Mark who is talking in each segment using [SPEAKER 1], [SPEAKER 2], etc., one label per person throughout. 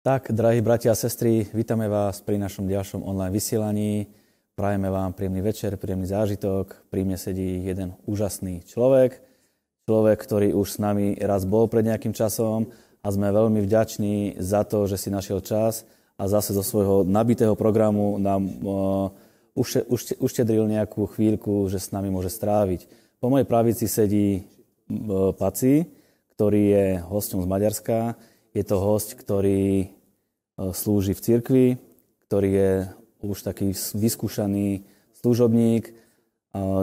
[SPEAKER 1] Tak, drahí bratia a sestry, vítame vás pri našom ďalšom online vysielaní. Prajeme vám príjemný večer, príjemný zážitok. Pri mne sedí jeden úžasný človek, človek, ktorý už s nami raz bol pred nejakým časom a sme veľmi vďační za to, že si našiel čas a zase zo svojho nabitého programu nám uh, ušte- ušte- uštedril nejakú chvíľku, že s nami môže stráviť. Po mojej pravici sedí uh, Paci, ktorý je hosťom z Maďarska. Je to host, ktorý e, slúži v cirkvi, ktorý je už taký s- vyskúšaný služobník, e,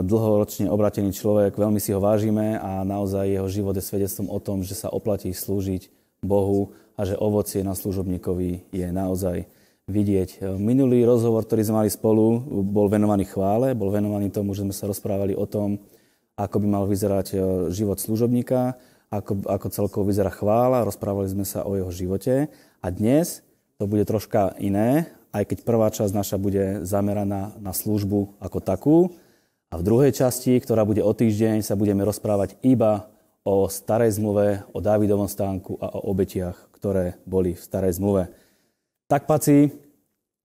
[SPEAKER 1] dlhoročne obratený človek, veľmi si ho vážime a naozaj jeho život je svedectvom o tom, že sa oplatí slúžiť Bohu a že ovocie na služobníkovi je naozaj vidieť. E, Minulý rozhovor, ktorý sme mali spolu, bol venovaný chvále, bol venovaný tomu, že sme sa rozprávali o tom, ako by mal vyzerať e, život služobníka, ako, ako celkovo vyzerá chvála, rozprávali sme sa o jeho živote a dnes to bude troška iné, aj keď prvá časť naša bude zameraná na službu ako takú a v druhej časti, ktorá bude o týždeň, sa budeme rozprávať iba o starej zmluve, o Dávidovom stánku a o obetiach, ktoré boli v starej zmluve. Tak, Paci,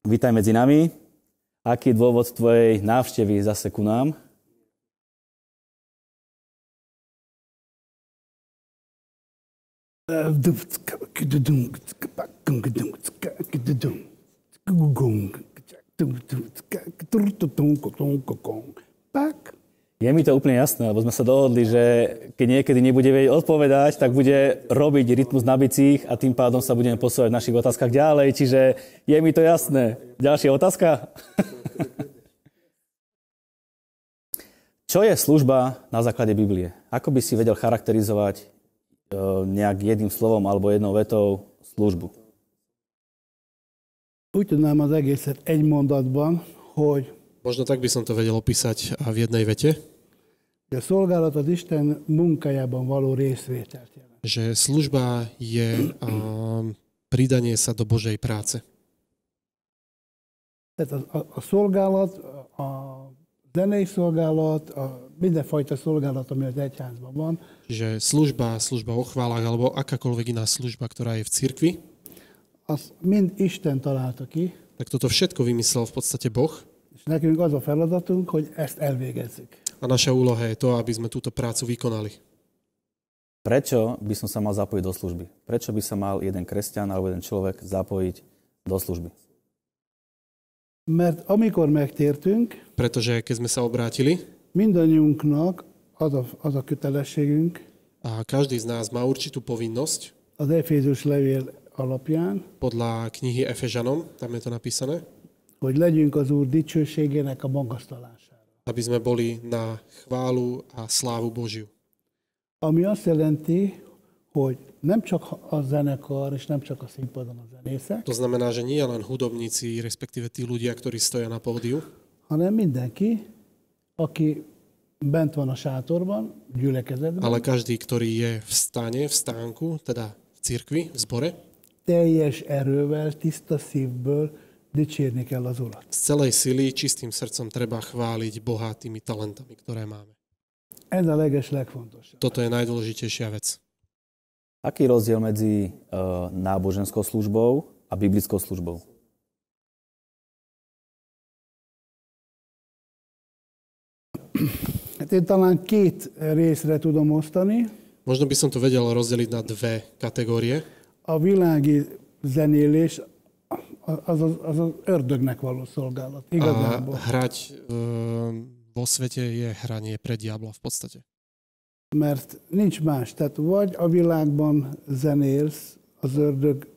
[SPEAKER 1] vítaj medzi nami. Aký je dôvod tvojej návštevy zase ku nám?
[SPEAKER 2] Pak.
[SPEAKER 1] Je mi to úplne jasné, lebo sme sa dohodli, že keď niekedy nebude vedieť odpovedať, tak bude robiť rytmus na bicích a tým pádom sa budeme posúvať v našich otázkach ďalej. Čiže je mi to jasné. Ďalšia otázka? Čo je služba na základe Biblie? Ako by si vedel charakterizovať e, nejak jedným slovom alebo jednou vetou službu?
[SPEAKER 2] Úgy tudnám az egészet egy mondatban, hogy
[SPEAKER 3] Možno tak by som to vedel opísať a v jednej vete,
[SPEAKER 2] a szolgálat az Isten munkájában való részvételt jelent.
[SPEAKER 3] že služba je a, pridanie sa do Božej práce.
[SPEAKER 2] Tehát a, a, a szolgálat, a zenei szolgálat, a mindenfajta szolgálat, ami az egyházban van,
[SPEAKER 3] Čiže služba, služba o chválach alebo akákoľvek iná služba, ktorá je v cirkvi,
[SPEAKER 2] az mind Isten találta ki,
[SPEAKER 3] tak toto všetko vymyslel v podstate Boh
[SPEAKER 2] és nekünk az a feladatunk, hogy ezt elvégezzük.
[SPEAKER 3] a naša úloha je to, aby sme túto prácu vykonali.
[SPEAKER 1] Prečo by som sa mal zapojiť do služby? Prečo by sa mal jeden kresťan alebo jeden človek zapojiť do služby?
[SPEAKER 2] Mert amikor megtértünk,
[SPEAKER 3] Pretože keď sme sa obrátili,
[SPEAKER 2] mindannyiunknak az a, az a kötelességünk
[SPEAKER 3] a každý z nás má určitú povinnosť
[SPEAKER 2] az Efézus levél alapján,
[SPEAKER 3] podľa knihy Efežanom, tam je to napísané,
[SPEAKER 2] hogy legyünk az Úr dicsőségének a magasztalására.
[SPEAKER 3] aby sme boli na chválu a slávu Božiu.
[SPEAKER 2] Ami azt jelenti, hogy nem csak a zenekar, és nem csak a színpadon a zenészek,
[SPEAKER 3] To znamená, že nie len hudobníci, respektíve tí ľudia, ktorí stoja na pódiu,
[SPEAKER 2] hanem mindenki, aki bent van a sátorban, gyülekezetben,
[SPEAKER 3] ale každý, ktorý je v stane, v stánku, teda v cirkvi, v zbore,
[SPEAKER 2] teljes erővel, tiszta szívből dicsérni kell az Urat.
[SPEAKER 3] z celej sily, čistým srdcom treba chváliť Boha tými talentami, ktoré máme.
[SPEAKER 2] Ez a leges legfontosabb.
[SPEAKER 3] Toto je najdôležitejšia vec.
[SPEAKER 1] Aký je rozdiel medzi e, náboženskou službou a biblickou službou?
[SPEAKER 2] Hát én talán két részre tudom osztani.
[SPEAKER 3] Možno by som to vedel rozdeliť na dve kategórie.
[SPEAKER 2] A világi zenélés az az, az, az ördögnek való szolgálat.
[SPEAKER 3] A
[SPEAKER 2] Igazából.
[SPEAKER 3] hrať e, vo svete je hranie pre diabla v podstate.
[SPEAKER 2] Mert nincs más. Tehát vagy a világban zenélsz az ördög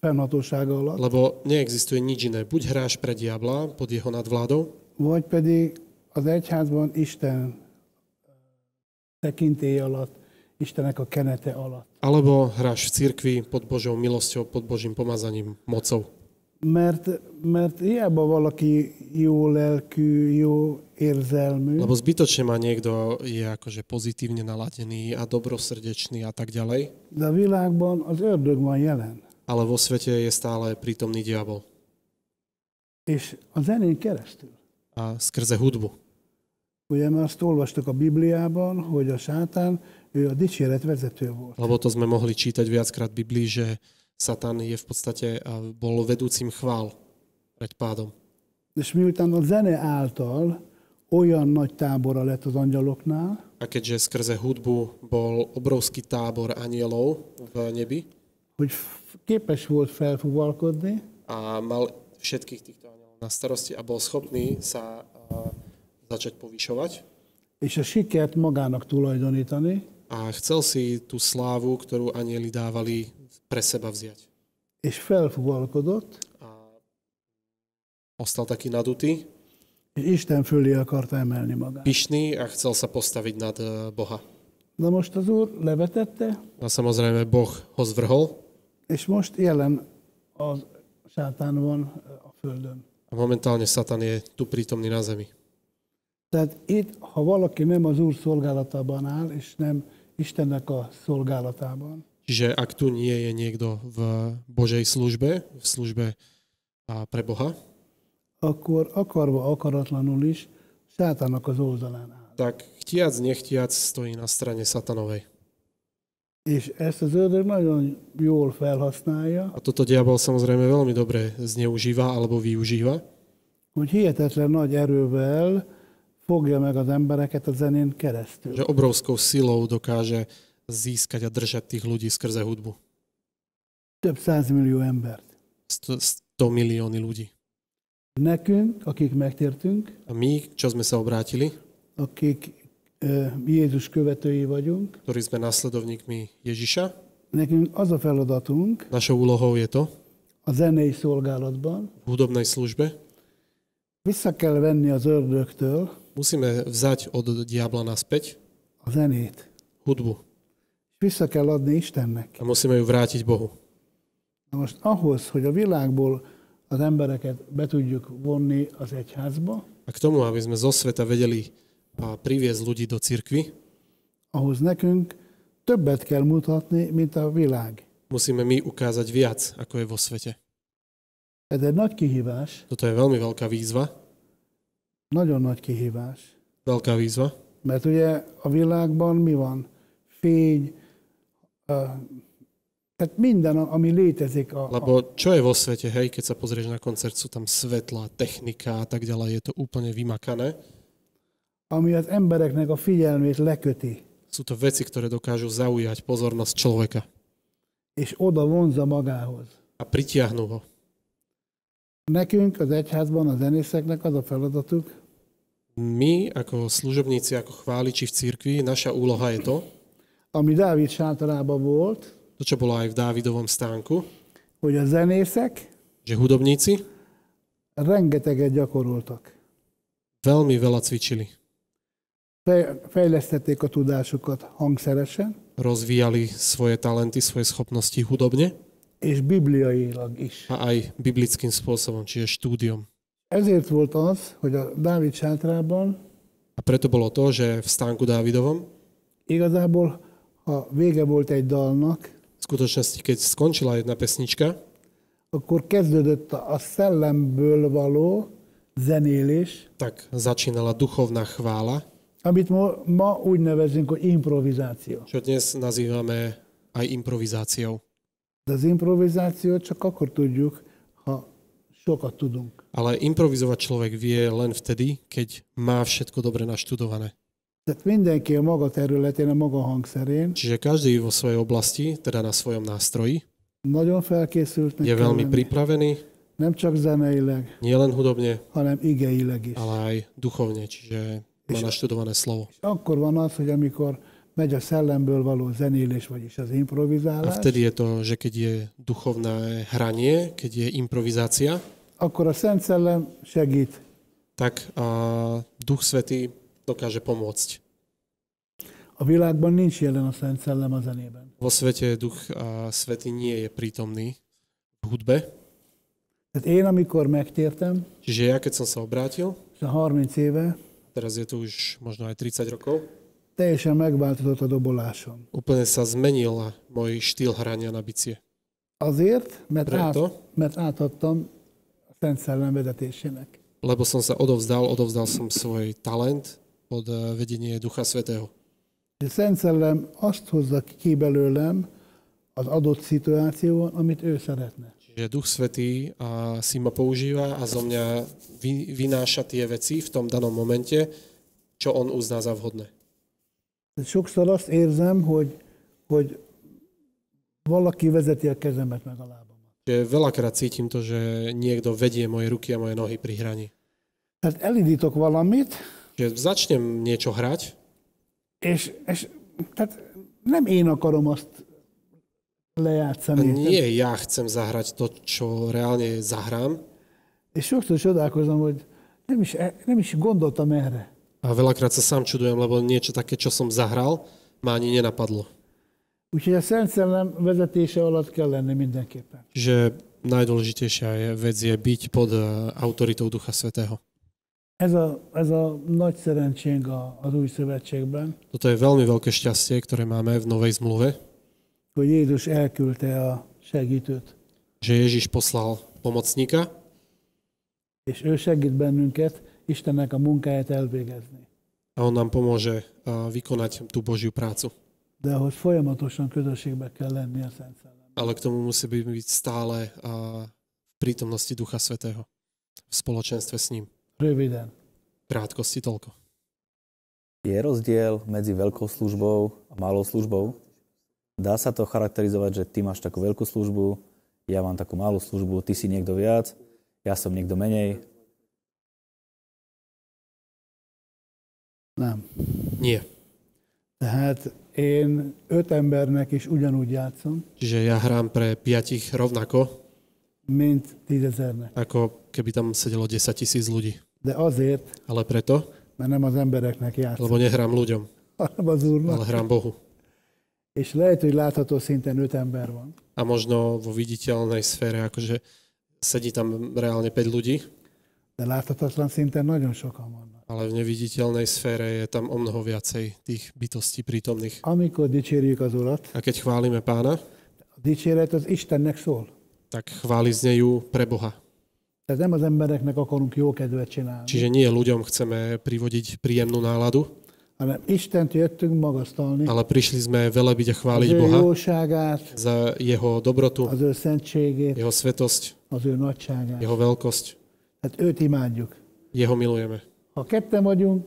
[SPEAKER 2] fennhatósága alatt,
[SPEAKER 3] Lebo neexistuje nič iné. Buď hráš pre diabla pod jeho nadvládou,
[SPEAKER 2] vagy pedig az egyházban Isten tekintély alatt, Istenek a kenete alatt.
[SPEAKER 3] alebo hráš v cirkvi pod Božou milosťou, pod Božím pomazaním, mocou.
[SPEAKER 2] Mert, mert hiába valaki jó lelkű, jó érzelmű,
[SPEAKER 3] Lebo zbytočne má niekto je akože pozitívne naladený a dobrosrdečný a tak ďalej,
[SPEAKER 2] de a világban az ördög van jelen.
[SPEAKER 3] ale vo svete je stále prítomný diabol.
[SPEAKER 2] És a zenén keresztül.
[SPEAKER 3] A skrze hudbu.
[SPEAKER 2] Ugye már azt olvastuk a Bibliában, hogy a sátán, ő a dicséret vezető volt.
[SPEAKER 3] Lebo to sme mohli čítať viackrát v Biblii, že Satan je v podstate, a bol vedúcim chvál pred pádom.
[SPEAKER 2] És miután a zene által olyan nagy tábora lett az angyaloknál,
[SPEAKER 3] A keďže skrze hudbu bol obrovský tábor anielov v nebi
[SPEAKER 2] hogy f- képes volt felfúvalkodni,
[SPEAKER 3] a mal všetkých týchto anielov na starosti a bol schopný sa a, začať povyšovať
[SPEAKER 2] és a sikert magának tulajdonítani,
[SPEAKER 3] a chcel si tú slávu, ktorú anieli dávali pre seba vziať.
[SPEAKER 2] és felfúvalkodott,
[SPEAKER 3] A ostal taký nadutý,
[SPEAKER 2] és Isten fölé akarta emelni magát.
[SPEAKER 3] pyšný a chcel sa postaviť nad e, Boha.
[SPEAKER 2] Na most az Úr levetette,
[SPEAKER 3] A samozrejme Boh ho zvrhol
[SPEAKER 2] és most jelen a sátán van a Földön.
[SPEAKER 3] a momentálne Satan je tu prítomný na zemi.
[SPEAKER 2] Tehát itt, ha valaki nem az Úr szolgálatában áll, és nem Istennek a szolgálatában,
[SPEAKER 3] Čiže ak tu nie je niekto v Božej službe, v službe a, pre Boha,
[SPEAKER 2] akkor akarva, akaratlanul is sátának az oldalán áll.
[SPEAKER 3] tak chtiac, nechtiac stojí na strane satanovej.
[SPEAKER 2] És ezt az ördög nagyon jól felhasználja,
[SPEAKER 3] A toto diabol samozrejme veľmi dobre zneužíva alebo využíva,
[SPEAKER 2] hogy hihetetlen nagy erővel fogja meg az embereket a zenén keresztül.
[SPEAKER 3] že obrovskou silou dokáže získať a držať tých ľudí skrze hudbu.
[SPEAKER 2] Több százmillió embert.
[SPEAKER 3] 100 milióny ľudí.
[SPEAKER 2] Nekünk, akik megtértünk,
[SPEAKER 3] A my, čo sme sa obrátili,
[SPEAKER 2] akik ö, Jézus követői vagyunk,
[SPEAKER 3] ktorí sme následovníkmi Ježiša,
[SPEAKER 2] nekünk az a feladatunk
[SPEAKER 3] našou úlohou je to,
[SPEAKER 2] a zenei szolgálatban,
[SPEAKER 3] v hudobnej službe
[SPEAKER 2] vissza kell venni az ördögtől
[SPEAKER 3] musíme vzať od diabla naspäť
[SPEAKER 2] a zenét,
[SPEAKER 3] hudbu
[SPEAKER 2] és vissza kell adni Istennek.
[SPEAKER 3] a musíme ju vrátiť Bohu.
[SPEAKER 2] Na most ahhoz, hogy a világból az embereket be tudjuk vonni az egyházba,
[SPEAKER 3] A k tomu, aby sme zo sveta vedeli a priviesť ľudí do cirkvy,
[SPEAKER 2] ahhoz nekünk többet kell mutatni, mint a világ.
[SPEAKER 3] musíme my ukázať viac, ako je vo svete.
[SPEAKER 2] Ez egy nagy kihívás,
[SPEAKER 3] Toto je veľmi veľká výzva,
[SPEAKER 2] nagyon nagy kihívás.
[SPEAKER 3] veľká výzva,
[SPEAKER 2] Mert ugye a világban mi van? Fény, ö, tehát minden, ami létezik. A, a,
[SPEAKER 3] lebo čo je vo svete, hej, keď sa pozrieš na koncert, sú tam svetla, technika a tak ďalej, je to úplne vymakané.
[SPEAKER 2] ami az embereknek a figyelmét leköti,
[SPEAKER 3] Sú to veci, ktoré dokážu zaujať pozornosť človeka
[SPEAKER 2] és oda vonza magához.
[SPEAKER 3] a pritiahnu ho.
[SPEAKER 2] Nekünk az egyházban, a zenészeknek az a feladatuk,
[SPEAKER 3] My, ako služobníci, ako chváliči v cirkvi, naša úloha je to,
[SPEAKER 2] ami Dávid sátorában volt,
[SPEAKER 3] to, čo bolo aj v Dávidovom stánku,
[SPEAKER 2] hogy a zenészek
[SPEAKER 3] že hudobníci
[SPEAKER 2] rengeteget gyakoroltak.
[SPEAKER 3] veľmi veľa cvičili.
[SPEAKER 2] Fej- Fejlesztették a tudásukat hangszeresen,
[SPEAKER 3] Rozvíjali svoje talenty, svoje schopnosti hudobne
[SPEAKER 2] és bibliailag is.
[SPEAKER 3] a aj biblickým spôsobom, čiže štúdiom.
[SPEAKER 2] Ezért volt az, hogy a Dávid sátrában
[SPEAKER 3] A preto bolo to, že v stánku Dávidovom,
[SPEAKER 2] igazából, ha vége volt egy dalnak,
[SPEAKER 3] v skutočnosti, keď skončila jedna pesnička,
[SPEAKER 2] akkor kezdődött a szellemből való zenélés,
[SPEAKER 3] tak začínala duchovná chvála,
[SPEAKER 2] amit ma, ma úgy nevezünk, hogy improvizáció.
[SPEAKER 3] čo dnes nazývame aj improvizáciou.
[SPEAKER 2] De az improvizációt csak akkor tudjuk, ha sokat tudunk.
[SPEAKER 3] Ale improvizovať človek vie len vtedy, keď má všetko dobre naštudované.
[SPEAKER 2] Tehát mindenki a maga területén, a maga hangszerén
[SPEAKER 3] Čiže každý vo svojej oblasti, teda na svojom nástroji,
[SPEAKER 2] nagyon felkészültnek
[SPEAKER 3] je
[SPEAKER 2] kell
[SPEAKER 3] veľmi
[SPEAKER 2] lenni.
[SPEAKER 3] pripravený,
[SPEAKER 2] Nem csak zeneileg,
[SPEAKER 3] nielen hudobne,
[SPEAKER 2] hanem igeileg is.
[SPEAKER 3] ale aj duchovne, čiže má naštudované slovo.
[SPEAKER 2] És akkor van az, hogy amikor megy a szellemből való zenélés, vagyis az
[SPEAKER 3] A
[SPEAKER 2] improvizálás,
[SPEAKER 3] vtedy je to, že keď je duchovné hranie, keď je improvizácia,
[SPEAKER 2] akkor a Szent Szellem segít.
[SPEAKER 3] tak a Duch Svetý dokáže pomôcť.
[SPEAKER 2] A világban nincs jelen a Szent Szellem a zenében.
[SPEAKER 3] Vo svete Duch a Svetý nie je prítomný v hudbe.
[SPEAKER 2] Tehát én, amikor megtértem,
[SPEAKER 3] Čiže ja, keď som sa obrátil,
[SPEAKER 2] és a 30 éve,
[SPEAKER 3] teraz je to už možno aj 30 rokov,
[SPEAKER 2] teljesen megváltozott a dobolásom.
[SPEAKER 3] úplne sa zmenil môj štýl hrania na bicie.
[SPEAKER 2] Azért, mert, át,
[SPEAKER 3] Preto,
[SPEAKER 2] mert átadtam a Szent Szellem vezetésének.
[SPEAKER 3] lebo som sa odovzdal, odovzdal som svoj talent pod eh, vedenie Ducha Svetého.
[SPEAKER 2] A Szent Szellem azt hozza ki belőlem, az adott szituációban, amit ő szeretne.
[SPEAKER 3] Čiže Duch Svetý a, si ma používa a zo mňa vy, vynáša tie veci v tom danom momente, čo on uzná za vhodné.
[SPEAKER 2] Sokszor azt érzem, hogy, hogy valaki vezeti a kezemet meg a lábamat.
[SPEAKER 3] Čiže veľakrát cítim to, že niekto vedie moje ruky a moje nohy pri hraní.
[SPEAKER 2] Tehát elindítok valamit,
[SPEAKER 3] Čiže začnem niečo hrať
[SPEAKER 2] és, és tehát nem én akarom azt
[SPEAKER 3] a
[SPEAKER 2] lejátszani.
[SPEAKER 3] nie ja chcem zahrať to, čo reálne zahrám.
[SPEAKER 2] És sokszor csodálkozom, hogy nem is, e- nem is gondoltam erre.
[SPEAKER 3] A veľakrát sa sám čudujem, lebo niečo také, čo som zahral, ma ani nenapadlo.
[SPEAKER 2] Úgyhogy a Szent Szellem vezetése alatt kell lenni mindenképpen.
[SPEAKER 3] Že najdôležitejšia je, vec je byť pod eh, autoritou Ducha Svetého.
[SPEAKER 2] Ez a, ez a nagy szerencsénk a, az új szövetségben,
[SPEAKER 3] Toto je veľmi veľké šťastie, ktoré máme v Novej zmluve,
[SPEAKER 2] hogy Jézus elküldte a segítőt,
[SPEAKER 3] že Ježiš poslal pomocníka
[SPEAKER 2] és ő segít bennünket Istennek a munkáját elvégezni.
[SPEAKER 3] a on nám pomôže eh, vykonať tú Božiu prácu.
[SPEAKER 2] De ahhoz folyamatosan közösségbe kell lenni a Szent Szellem.
[SPEAKER 3] Ale k tomu musí by- byť stále eh, v prítomnosti Ducha Svetého. V spoločenstve s ním.
[SPEAKER 2] Röviden.
[SPEAKER 3] Krátkosti toľko.
[SPEAKER 1] Je rozdiel medzi veľkou službou a malou službou? Dá sa to charakterizovať, že ty máš takú veľkú službu, ja mám takú malú službu, ty si niekto viac, ja som niekto menej.
[SPEAKER 2] Nem.
[SPEAKER 3] Nie.
[SPEAKER 2] Tehát én öt embernek is ugyanúgy játszom,
[SPEAKER 3] Čiže ja hrám pre piatich rovnako,
[SPEAKER 2] mint tízezernek.
[SPEAKER 3] ako keby tam sedelo 10 tisíc ľudí.
[SPEAKER 2] De azért,
[SPEAKER 3] Ale preto,
[SPEAKER 2] mert nem az embereknek játszom,
[SPEAKER 3] lebo nehrám ľuďom,
[SPEAKER 2] hanem az Úrnak.
[SPEAKER 3] ale hrám Bohu.
[SPEAKER 2] És lehet, hogy látható szinten öt ember van.
[SPEAKER 3] A možno vo viditeľnej sfére, akože sedí tam reálne 5 ľudí,
[SPEAKER 2] De láthatatlan szinten nagyon sokan vannak.
[SPEAKER 3] ale v neviditeľnej sfére je tam o mnoho viacej tých bytostí prítomných.
[SPEAKER 2] Amikor dicsérjük az Urat,
[SPEAKER 3] A keď chválime pána,
[SPEAKER 2] a dicséret az Istennek szól.
[SPEAKER 3] tak chváli znejú pre Boha.
[SPEAKER 2] Tehát nem az embereknek akarunk jó kedvet csinálni,
[SPEAKER 3] Čiže nie ľuďom chceme privodiť príjemnú náladu,
[SPEAKER 2] hanem Istent jöttünk magasztalni,
[SPEAKER 3] ale prišli sme velebiť a
[SPEAKER 2] az
[SPEAKER 3] chváliť
[SPEAKER 2] ő
[SPEAKER 3] Boha
[SPEAKER 2] jóságát,
[SPEAKER 3] za jeho dobrotu,
[SPEAKER 2] az ő szentségét,
[SPEAKER 3] jeho svetosť,
[SPEAKER 2] az ő nagyságát.
[SPEAKER 3] jeho veľkosť.
[SPEAKER 2] Tehát őt imádjuk.
[SPEAKER 3] Jeho milujeme.
[SPEAKER 2] Ha ketten vagyunk,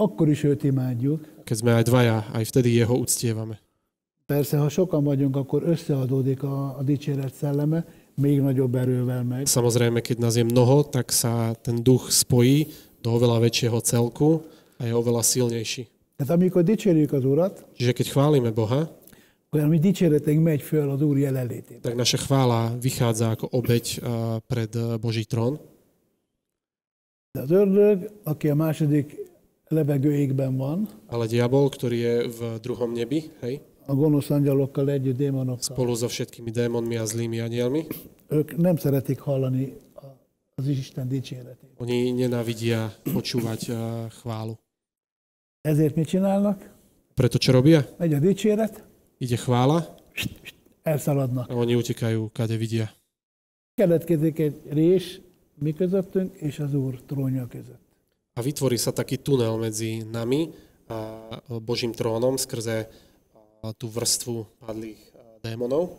[SPEAKER 2] akkor is őt imádjuk.
[SPEAKER 3] Keď sme aj dvaja, aj vtedy jeho uctievame.
[SPEAKER 2] Persze, ha sokan vagyunk, akkor összeadódik a, a dicséret szelleme, még nagyobb erővel meg.
[SPEAKER 3] Samozrejme, keď nás je mnoho, tak sa ten duch spojí do oveľa väčšieho celku a je oveľa silnejší.
[SPEAKER 2] Tehát Hát amikor dicsérjük az Urat,
[SPEAKER 3] Čiže keď chválime Boha,
[SPEAKER 2] akkor a mi dicséretünk megy föl az Úr jelenlétében.
[SPEAKER 3] tak naša chvála vychádza ako obeď eh, pred eh, Boží trón.
[SPEAKER 2] De az ördög, aki a második levegőikben van,
[SPEAKER 3] Ale diabol, ktorý je v druhom nebi, hej,
[SPEAKER 2] a gonosz angyalokkal együtt, démonokkal,
[SPEAKER 3] spolu so všetkými démonmi a zlými anielmi,
[SPEAKER 2] ők nem szeretik hallani a- az Isten dicséretét.
[SPEAKER 3] oni nenávidia počúvať eh, chválu.
[SPEAKER 2] Ezért mit csinálnak?
[SPEAKER 3] Preto čo robia?
[SPEAKER 2] Megy a dicséret,
[SPEAKER 3] Ide chvála
[SPEAKER 2] elszaladnak.
[SPEAKER 3] a oni utekajú, kade vidia.
[SPEAKER 2] Keletkezik egy rés mi közöttünk és az Úr trónja között.
[SPEAKER 3] A vytvorí sa taký tunel medzi nami a Božím trónom skrze a, tú vrstvu padlých a, démonov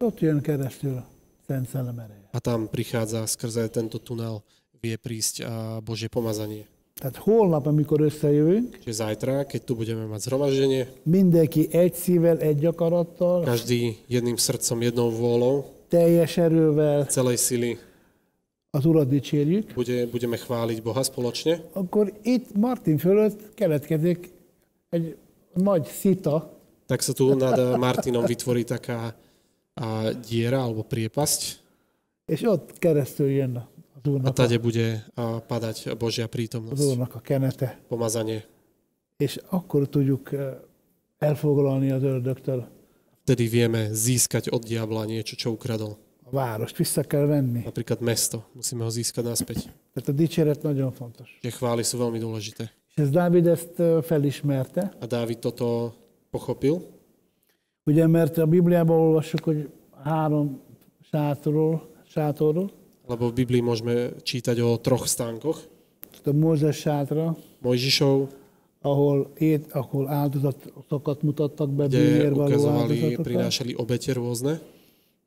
[SPEAKER 2] Ott jön keresztül Szent Szellem ereje.
[SPEAKER 3] a tam prichádza skrze tento tunel vie prísť a, Božie pomazanie.
[SPEAKER 2] Tehát holnap, amikor összejövünk,
[SPEAKER 3] Čiže zajtra, keď tu budeme mať zhromaždenie,
[SPEAKER 2] mindenki egy szívvel, egy akarattal,
[SPEAKER 3] každý jedným srdcom, jednou vôľou,
[SPEAKER 2] teljes erővel
[SPEAKER 3] celej sily
[SPEAKER 2] az Urat dicsérjük,
[SPEAKER 3] bude, budeme chváliť Boha spoločne,
[SPEAKER 2] akkor itt Martin fölött keletkezik egy nagy szita,
[SPEAKER 3] tak sa tu nad a, Martinom vytvorí taká a, diera alebo priepasť
[SPEAKER 2] és ott keresztül jön az
[SPEAKER 3] a
[SPEAKER 2] úrnak, a,
[SPEAKER 3] tade bude a, padať Božia
[SPEAKER 2] az
[SPEAKER 3] prítomnosť,
[SPEAKER 2] úrnak a kenete.
[SPEAKER 3] pomazanie.
[SPEAKER 2] És akkor tudjuk eh, elfoglalni az ördögtől
[SPEAKER 3] Vtedy vieme získať od diabla niečo, čo ukradol.
[SPEAKER 2] a várost. Vissza kell venni.
[SPEAKER 3] Napríklad mesto. Musíme ho získať naspäť.
[SPEAKER 2] Tehát a dicséret nagyon fontos.
[SPEAKER 3] Tie chvály sú veľmi dôležité.
[SPEAKER 2] És ez Dávid ezt eh, felismerte,
[SPEAKER 3] A Dávid toto pochopil,
[SPEAKER 2] ugye mert a Bibliában olvassuk, hogy három sátorról, sátorról,
[SPEAKER 3] lebo v Biblii môžeme čítať o troch stánkoch.
[SPEAKER 2] tehát a Mózes sátra,
[SPEAKER 3] Mojžišov,
[SPEAKER 2] a ahol, ét, ahol áldozatokat mutattak be,
[SPEAKER 3] kde
[SPEAKER 2] bűnér való
[SPEAKER 3] ukazovali,
[SPEAKER 2] áldozatokat.
[SPEAKER 3] prinášali obete rôzne.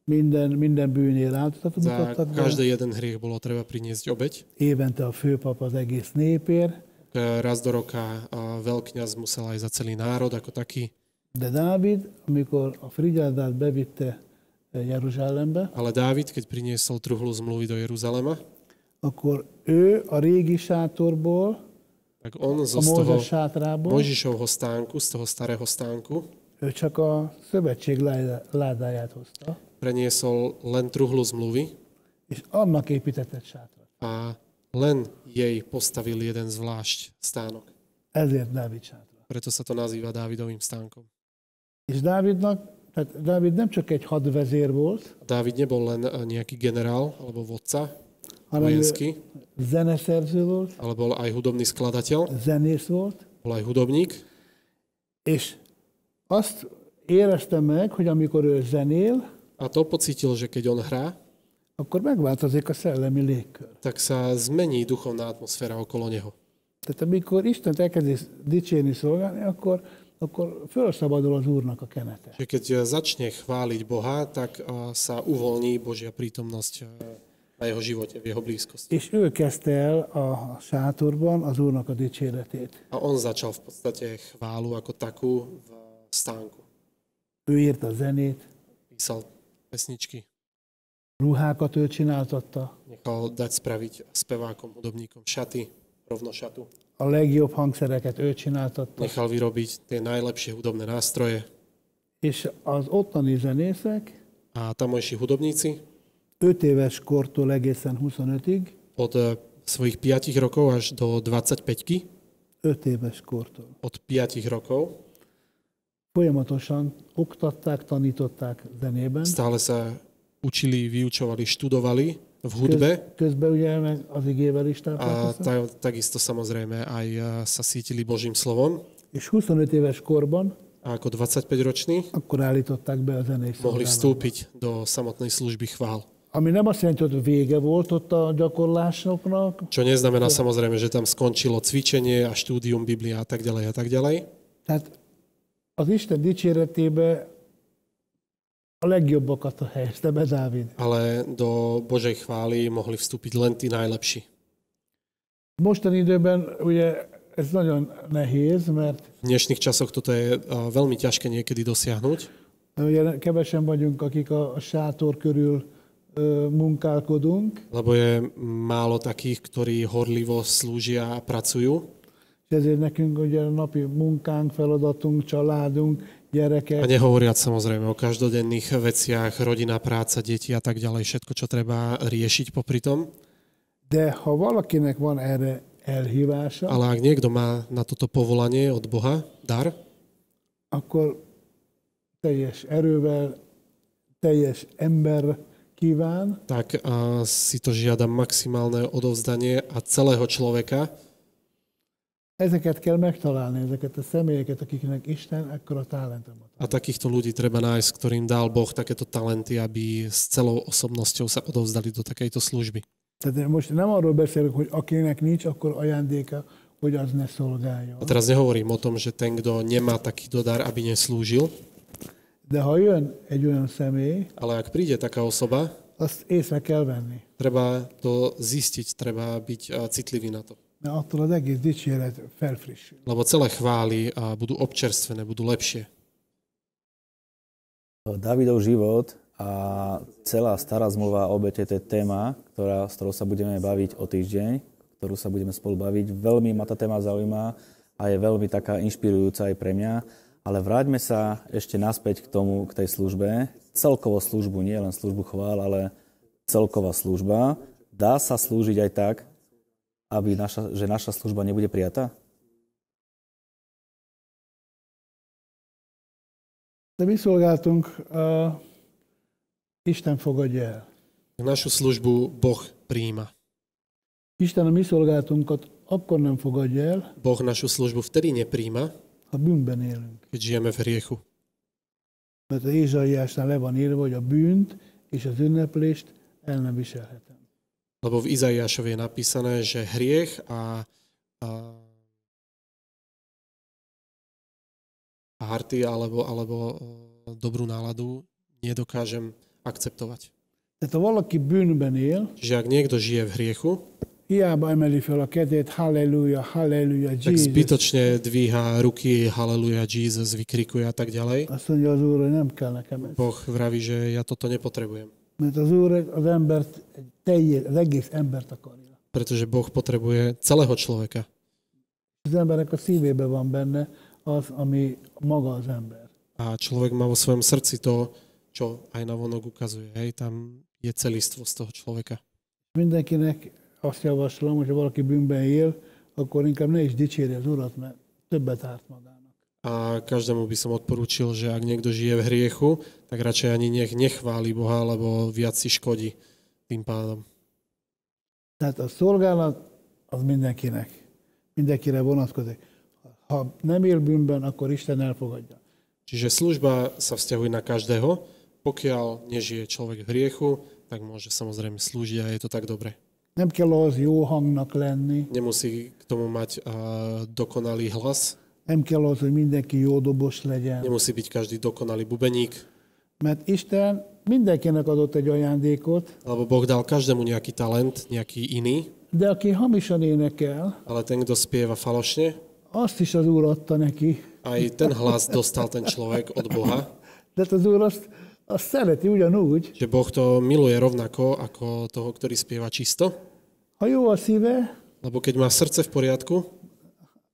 [SPEAKER 2] Minden, minden bűnér áldozatot
[SPEAKER 3] Za
[SPEAKER 2] mutattak be.
[SPEAKER 3] každý jeden hriech bolo treba priniesť obeť.
[SPEAKER 2] Évente a főpap az egész népért,
[SPEAKER 3] E, Raz do roka a veľkňaz musel aj za celý národ ako taký.
[SPEAKER 2] de Dávid, amikor a frigyádát bevitte Jeruzsálembe,
[SPEAKER 3] Ale Dávid, keď priniesol truhlu zmluvy do Jeruzalema,
[SPEAKER 2] akkor ő a régi sátorból,
[SPEAKER 3] tak on zo
[SPEAKER 2] a
[SPEAKER 3] z toho
[SPEAKER 2] Mózes sátrából,
[SPEAKER 3] Mojžišovho stánku, z toho starého stánku,
[SPEAKER 2] ő csak a szövetség lá- ládáját hozta,
[SPEAKER 3] preniesol len truhlu zmluvy
[SPEAKER 2] és annak építetett sátrat.
[SPEAKER 3] a len jej postavil jeden zvlášť stánok.
[SPEAKER 2] Ezért Dávid sátra.
[SPEAKER 3] Preto sa to nazýva Dávidovým stánkom.
[SPEAKER 2] És Dávidnak, tehát Dávid nem csak egy hadvezér volt,
[SPEAKER 3] Dávid nebol len e, nejaký generál alebo vodca
[SPEAKER 2] hanem ő
[SPEAKER 3] vojenský,
[SPEAKER 2] zeneszerző volt,
[SPEAKER 3] ale bol aj hudobný skladateľ,
[SPEAKER 2] zenész volt,
[SPEAKER 3] bol aj hudobník.
[SPEAKER 2] és azt érezte meg, hogy amikor ő zenél,
[SPEAKER 3] A to pocítil, že keď on hrá,
[SPEAKER 2] akkor megváltozik a szellemi légkör.
[SPEAKER 3] tak sa zmení duchovná atmosféra okolo neho.
[SPEAKER 2] Tehát amikor Isten elkezdi dicsérni, szolgálni, akkor, akkor felszabadul az Úrnak a kenete.
[SPEAKER 3] Že keď e, začne chváliť Boha, tak a, sa uvoľní Božia prítomnosť e, na jeho živote, v jeho blízkosti.
[SPEAKER 2] És ő kezdte el a sátorban az Úrnak a dicséretét.
[SPEAKER 3] A on začal v podstate chválu ako takú v stánku.
[SPEAKER 2] Ő írta a zenét,
[SPEAKER 3] Písal pesničky,
[SPEAKER 2] ruhákat ő csináltatta,
[SPEAKER 3] nechal dať spraviť spevákom, hudobníkom šaty, rovno šatu.
[SPEAKER 2] a legjobb hangszereket ő csináltatta,
[SPEAKER 3] Nechal vyrobiť tie najlepšie hudobné nástroje.
[SPEAKER 2] és az ottani zenészek
[SPEAKER 3] A tamojší hudobníci
[SPEAKER 2] 5 éves kortól egészen 25-ig,
[SPEAKER 3] od e, svojich 5 rokov až do 25
[SPEAKER 2] 5 éves kortól
[SPEAKER 3] od 5 rokov
[SPEAKER 2] folyamatosan oktatták, tanították zenében.
[SPEAKER 3] stále sa učili, vyučovali, študovali v hudbe
[SPEAKER 2] közben ugye meg az igével is
[SPEAKER 3] a
[SPEAKER 2] táplálkoztak.
[SPEAKER 3] ta, takisto samozrejme aj e, sa sítili Božím slovom.
[SPEAKER 2] És 25 éves korban
[SPEAKER 3] A ako 25-roční
[SPEAKER 2] akkor állították be a zenei
[SPEAKER 3] mohli
[SPEAKER 2] szolgálatba.
[SPEAKER 3] vstúpiť do samotnej služby chvál.
[SPEAKER 2] Ami nem azt jelenti, hogy vége volt ott a gyakorlásoknak,
[SPEAKER 3] Čo neznamená samozrejme, že tam skončilo cvičenie a štúdium Biblia a tak ďalej a tak ďalej.
[SPEAKER 2] tehát az Isten dicséretébe a legjobbakat helyezte be Dávid.
[SPEAKER 3] Ale do Božej chvály mohli vstúpiť len tí najlepší.
[SPEAKER 2] Mostani időben ugye ez nagyon nehéz, mert
[SPEAKER 3] V dnešných časoch toto je a, veľmi ťažké niekedy dosiahnuť.
[SPEAKER 2] ugye kevesen vagyunk, akik a a sátor körül ö, munkálkodunk,
[SPEAKER 3] Lebo je málo takých, ktorí horlivo slúžia a pracujú.
[SPEAKER 2] és ezért nekünk ugye a napi munkánk, feladatunk, családunk,
[SPEAKER 3] A
[SPEAKER 2] gyerekek,
[SPEAKER 3] nehovoriac samozrejme o každodenných veciach, rodina, práca, deti a tak ďalej, všetko, čo treba riešiť popri tom.
[SPEAKER 2] de ha valakinek van erre elhívása,
[SPEAKER 3] Ale ak niekto má na toto povolanie od Boha, dar,
[SPEAKER 2] akkor teljes erővel, teljes ember kíván,
[SPEAKER 3] tak a, si to žiada maximálne odovzdanie a celého človeka.
[SPEAKER 2] ezeket kell megtalálni, ezeket a személyeket, akiknek Isten ekkora talentumot. ad.
[SPEAKER 3] A takýchto ľudí treba nájsť, ktorým dal Boh takéto talenty, aby s celou osobnosťou sa odovzdali do takejto služby.
[SPEAKER 2] Tehát én most nem arról beszélek, hogy akinek nincs, akkor ajándéka, hogy az ne szolgáljon.
[SPEAKER 3] A teraz nehovorím o tom, že ten, kto nemá takýto dar, aby neslúžil,
[SPEAKER 2] De ha jön egy olyan személy,
[SPEAKER 3] ale ak príde taká osoba,
[SPEAKER 2] azt észre kell venni.
[SPEAKER 3] treba to zistiť, treba byť a, citlivý na to.
[SPEAKER 2] Mert attól az egész dicséret felfrissül.
[SPEAKER 3] lebo celé chvály a budú občerstvené, budú lepšie.
[SPEAKER 1] Davidov život a celá stará zmluva o obete, to je téma, ktorá, s ktorou sa budeme baviť o týždeň, ktorú sa budeme spolu baviť. Veľmi ma tá téma zaujíma a je veľmi taká inšpirujúca aj pre mňa. Ale vráťme sa ešte naspäť k tomu, k tej službe. Celkovo službu, nie len službu chvál, ale celková služba. Dá sa slúžiť aj tak, aby naša, že naša služba nebude prijatá?
[SPEAKER 2] De mi szolgáltunk, uh, Isten fogadja el.
[SPEAKER 3] Našu službu Boh príjima.
[SPEAKER 2] Isten a mi szolgáltunkat akkor nem fogadja el,
[SPEAKER 3] Boh našu službu vtedy nepríjima,
[SPEAKER 2] ha bűnben élünk.
[SPEAKER 3] keď žijeme v hriechu.
[SPEAKER 2] Mert az Ézsaiásnál le van írva, hogy a bűnt és az ünneplést el nem viselhetem.
[SPEAKER 3] Lebo v Izaiášovi je napísané, že hriech a, a párty alebo, alebo eh, dobrú náladu nedokážem akceptovať.
[SPEAKER 2] Tehát ha valaki bűnben él,
[SPEAKER 3] Čiže ak niekto žije v hriechu,
[SPEAKER 2] hiába emeli fel a kezét, halleluja, halleluja,
[SPEAKER 3] tak
[SPEAKER 2] Jézus.
[SPEAKER 3] zbytočne dvíha ruky, haleluja, Jesus, vykrikuje a tak ďalej.
[SPEAKER 2] Azt mondja az Úr, hogy nem kell nekem ez.
[SPEAKER 3] Boh vraví, že ja toto nepotrebujem,
[SPEAKER 2] Mert az Úr az embert, egy teljes, az egész embert akarja.
[SPEAKER 3] pretože Boh potrebuje celého človeka.
[SPEAKER 2] Az emberek a szívébe van benne az, ami maga az ember.
[SPEAKER 3] A človek má vo svojom srdci to, čo aj na vonok ukazuje. Hej, tam je celistvo z toho človeka.
[SPEAKER 2] Mindenkinek azt javaslom, hogy ha valaki bűnben él, akkor inkább ne is dicsérje az Urat, mert többet árt magának.
[SPEAKER 3] A každému by som odporúčil, že ak niekto žije v hriechu, tak radšej ani nech nechváli Boha, lebo viac si škodí tým pádom.
[SPEAKER 2] Tehát a szolgálat az mindenkinek, mindenkire vonatkozik. Ha nem él bűnben, akkor Isten elfogadja.
[SPEAKER 3] Čiže služba sa vzťahuje na každého. Pokiaľ nežije človek v hriechu, tak môže samozrejme slúžiť a je to tak dobre.
[SPEAKER 2] Nem kell ahhoz jó hangnak lenni,
[SPEAKER 3] Nemusí k tomu mať a, dokonalý hlas,
[SPEAKER 2] nem kell ahhoz, hogy mindenki jó dobos legyen.
[SPEAKER 3] nemusí byť každý dokonalý bubeník,
[SPEAKER 2] Mert Isten mindenkinek adott egy ajándékot,
[SPEAKER 3] lebo Boh dal každému nejaký talent, nejaký iný,
[SPEAKER 2] de aki hamisan énekel,
[SPEAKER 3] ale ten, kto spieva falošne,
[SPEAKER 2] azt is az Úr adta neki.
[SPEAKER 3] aj ten hlas dostal ten človek od Boha.
[SPEAKER 2] Tehát hát az Úr azt, azt szereti ugyanúgy.
[SPEAKER 3] že Boh to miluje rovnako ako toho, ktorý spieva čisto,
[SPEAKER 2] Ha jó a szíve,
[SPEAKER 3] lebo keď má srdce v poriadku,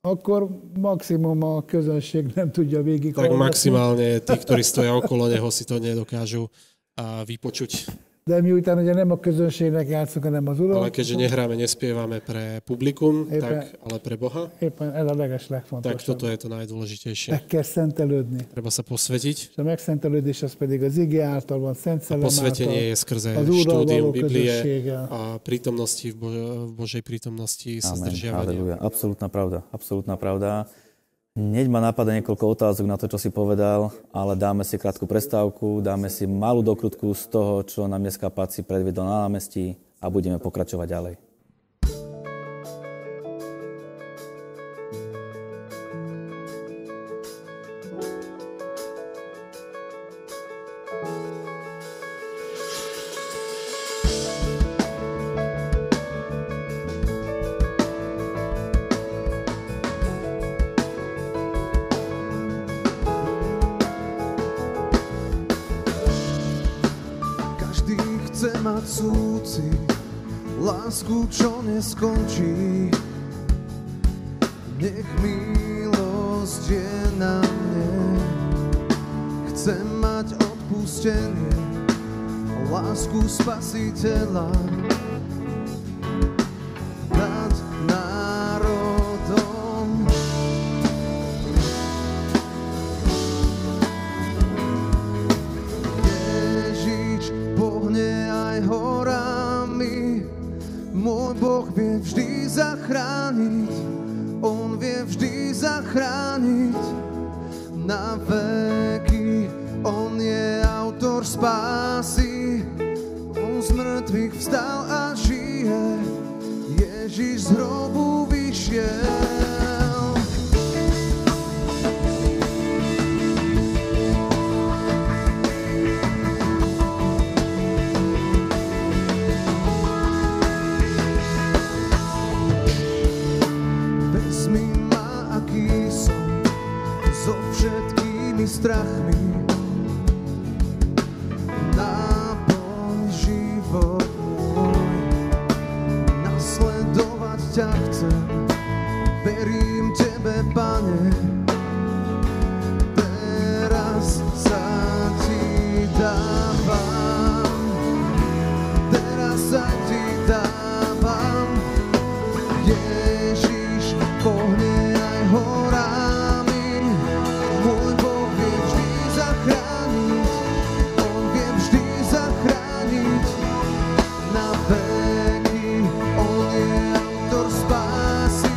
[SPEAKER 2] akkor maximum a közönség nem tudja végig.
[SPEAKER 3] tak maximálne tí, ktorí stoja okolo neho, si to nedokážu a, vypočuť.
[SPEAKER 2] De miután ugye nem a közönségnek játszunk, hanem az Uram,
[SPEAKER 3] Ale keďže nehráme, nespievame pre publikum, tak, ale pre Boha,
[SPEAKER 2] éppen ez a leges
[SPEAKER 3] tak
[SPEAKER 2] legfontosabb.
[SPEAKER 3] toto je to najdôležitejšie.
[SPEAKER 2] Meg kell szentelődni.
[SPEAKER 3] Treba sa posvetiť.
[SPEAKER 2] És a megszentelődés az pedig az ige által van, szent szellem által.
[SPEAKER 3] Posvetenie je skrze
[SPEAKER 2] Az Úrral való
[SPEAKER 3] štúdium Biblie
[SPEAKER 2] közösséggel.
[SPEAKER 3] a prítomnosti v, Bo- v Božej prítomnosti sa
[SPEAKER 1] Amen.
[SPEAKER 3] zdržiavanie.
[SPEAKER 1] Halleluja. Absolutná pravda. Absolutná pravda. Hneď ma napadá niekoľko otázok na to, čo si povedal, ale dáme si krátku prestávku, dáme si malú dokrutku z toho, čo nám dneska Paci predvedol na námestí a budeme pokračovať ďalej.
[SPEAKER 4] Každý chce mať súcit, lásku, čo neskončí. Nech milosť je na mne. Chcem mať odpustenie, lásku spasiteľa. Nad národom Ježiš pohne aj horami, môj Boh vie vždy zachrániť, On vie vždy zachrániť. Na veky On je autor spásy, On z mŕtvych vstal a žije, Ježiš z hrobu vyšiel. Vezmi ma, aký som, so všetkými strachmi. Náplň život môj, nasledovať ťa chcem. Verím Tebe, Pane, teraz sa Ti dávam. Teraz sa Ti dávam. Ježiš pohne aj horami. Môj Boh vie vždy zachrániť, On vie vždy zachrániť. Na veky On je autor spásy.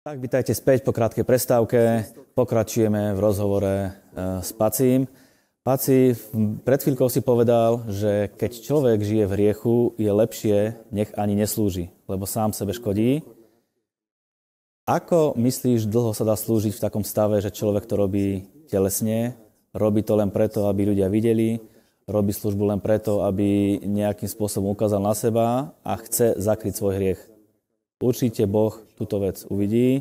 [SPEAKER 1] Tak, vitajte späť po krátkej prestávke. Pokračujeme v rozhovore eh, s Pacím. Paci, m, pred chvíľkou si povedal, že keď človek žije v hriechu, je lepšie, nech ani neslúži, lebo sám sebe škodí. Ako myslíš, dlho sa dá slúžiť v takom stave, že človek to robí telesne, robí to len preto, aby ľudia videli, robí službu len preto, aby nejakým spôsobom ukázal na seba a chce zakryť svoj hriech? Určite Boh túto vec uvidí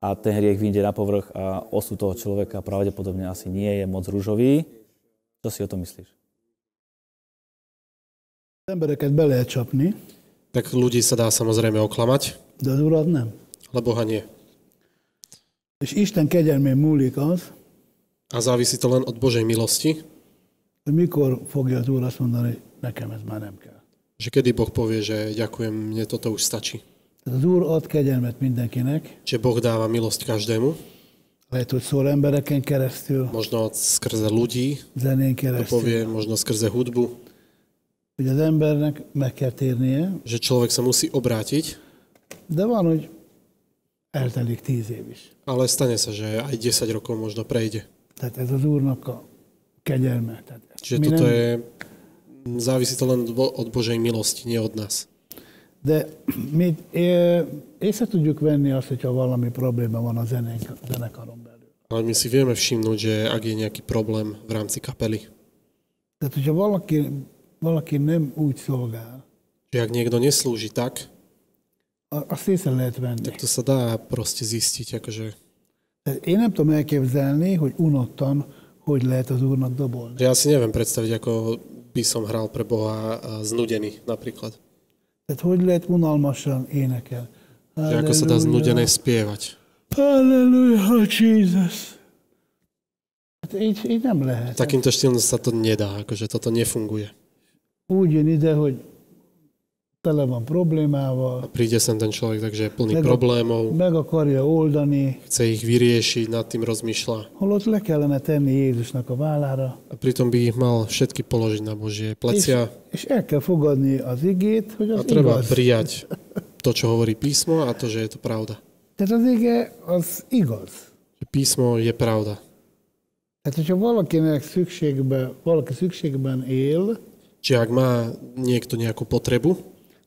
[SPEAKER 1] a ten hriech vyjde na povrch a osud toho človeka pravdepodobne asi nie je moc rúžový. Čo si o tom myslíš?
[SPEAKER 2] Az embereket be lehet csapni,
[SPEAKER 3] Tak ľudí sa dá samozrejme oklamať,
[SPEAKER 2] de az urat nem.
[SPEAKER 3] ale Boha nie.
[SPEAKER 2] És Isten kegyelmén múlik az,
[SPEAKER 3] A závisí to len od Božej milosti,
[SPEAKER 2] hogy mikor fogja az úr azt mondani, hogy nekem ez már nem kell.
[SPEAKER 3] že kedy Boh povie, že ďakujem, mne toto už stačí.
[SPEAKER 2] Tehát az úr ad kegyelmet mindenkinek,
[SPEAKER 3] Že Boh dáva milosť každému,
[SPEAKER 2] lehet, hogy szól embereken keresztül,
[SPEAKER 3] možno skrze ľudí,
[SPEAKER 2] zenén
[SPEAKER 3] to
[SPEAKER 2] keresztül,
[SPEAKER 3] povie možno skrze hudbu,
[SPEAKER 2] hogy az embernek meg kell térnie,
[SPEAKER 3] že človek sa musí obrátiť,
[SPEAKER 2] de van, hogy eltelik tíz év is.
[SPEAKER 3] ale stane sa, že aj 10 rokov možno prejde.
[SPEAKER 2] Tehát ez az úrnak a kegyelme. Tehát
[SPEAKER 3] Čiže
[SPEAKER 2] mi
[SPEAKER 3] toto
[SPEAKER 2] nem,
[SPEAKER 3] je, závisí to len od Bo- od Božej milosti, nie od nás.
[SPEAKER 2] De mi é, észre tudjuk venni azt, hogyha valami probléma van a zenénk, zenekaron belül.
[SPEAKER 3] Ale my si vieme všimnúť, že ak je nejaký problém v rámci kapely,
[SPEAKER 2] Tehát, hogyha valaki, valaki nem úgy szolgál,
[SPEAKER 3] že ak niekto neslúži tak,
[SPEAKER 2] a- azt észre lehet venni.
[SPEAKER 3] tak to sa dá proste zistiť, akože
[SPEAKER 2] Tehát én nem tudom elképzelni, hogy unottan, hogy lehet az úrnak dobolni.
[SPEAKER 3] ja si neviem predstaviť, ako by som hral pre Boha a znudený napríklad.
[SPEAKER 2] Tehát hogy lehet unalmasan énekel.
[SPEAKER 3] Že ako sa dá znudené spievať.
[SPEAKER 2] Halleluja, Jesus! Hát így, így nem lehet.
[SPEAKER 3] Takýmto štýlom sa to nedá, akože toto nefunguje.
[SPEAKER 2] Úgy jön ide, hogy tele van
[SPEAKER 3] A
[SPEAKER 2] problémával,
[SPEAKER 3] príde sem ten človek, takže je plný
[SPEAKER 2] Lebo-
[SPEAKER 3] problémov,
[SPEAKER 2] meg akarja oldani,
[SPEAKER 3] chce ich vyriešiť, nad tým rozmýšľa.
[SPEAKER 2] holott le kellene tenni Jézusnak a vállára,
[SPEAKER 3] A pritom by ich mal všetky položiť na Božie
[SPEAKER 2] és,
[SPEAKER 3] plecia
[SPEAKER 2] és el kell fogadni az igét, hogy
[SPEAKER 3] a
[SPEAKER 2] az
[SPEAKER 3] treba
[SPEAKER 2] igaz.
[SPEAKER 3] prijať to, čo hovorí písmo a to, že je to pravda.
[SPEAKER 2] Tehát az ige az igaz.
[SPEAKER 3] Že Písmo je pravda.
[SPEAKER 2] Tehát, hogyha valakinek szükségben, valaki szükségben él,
[SPEAKER 3] Čiže ak má niekto nejakú potrebu,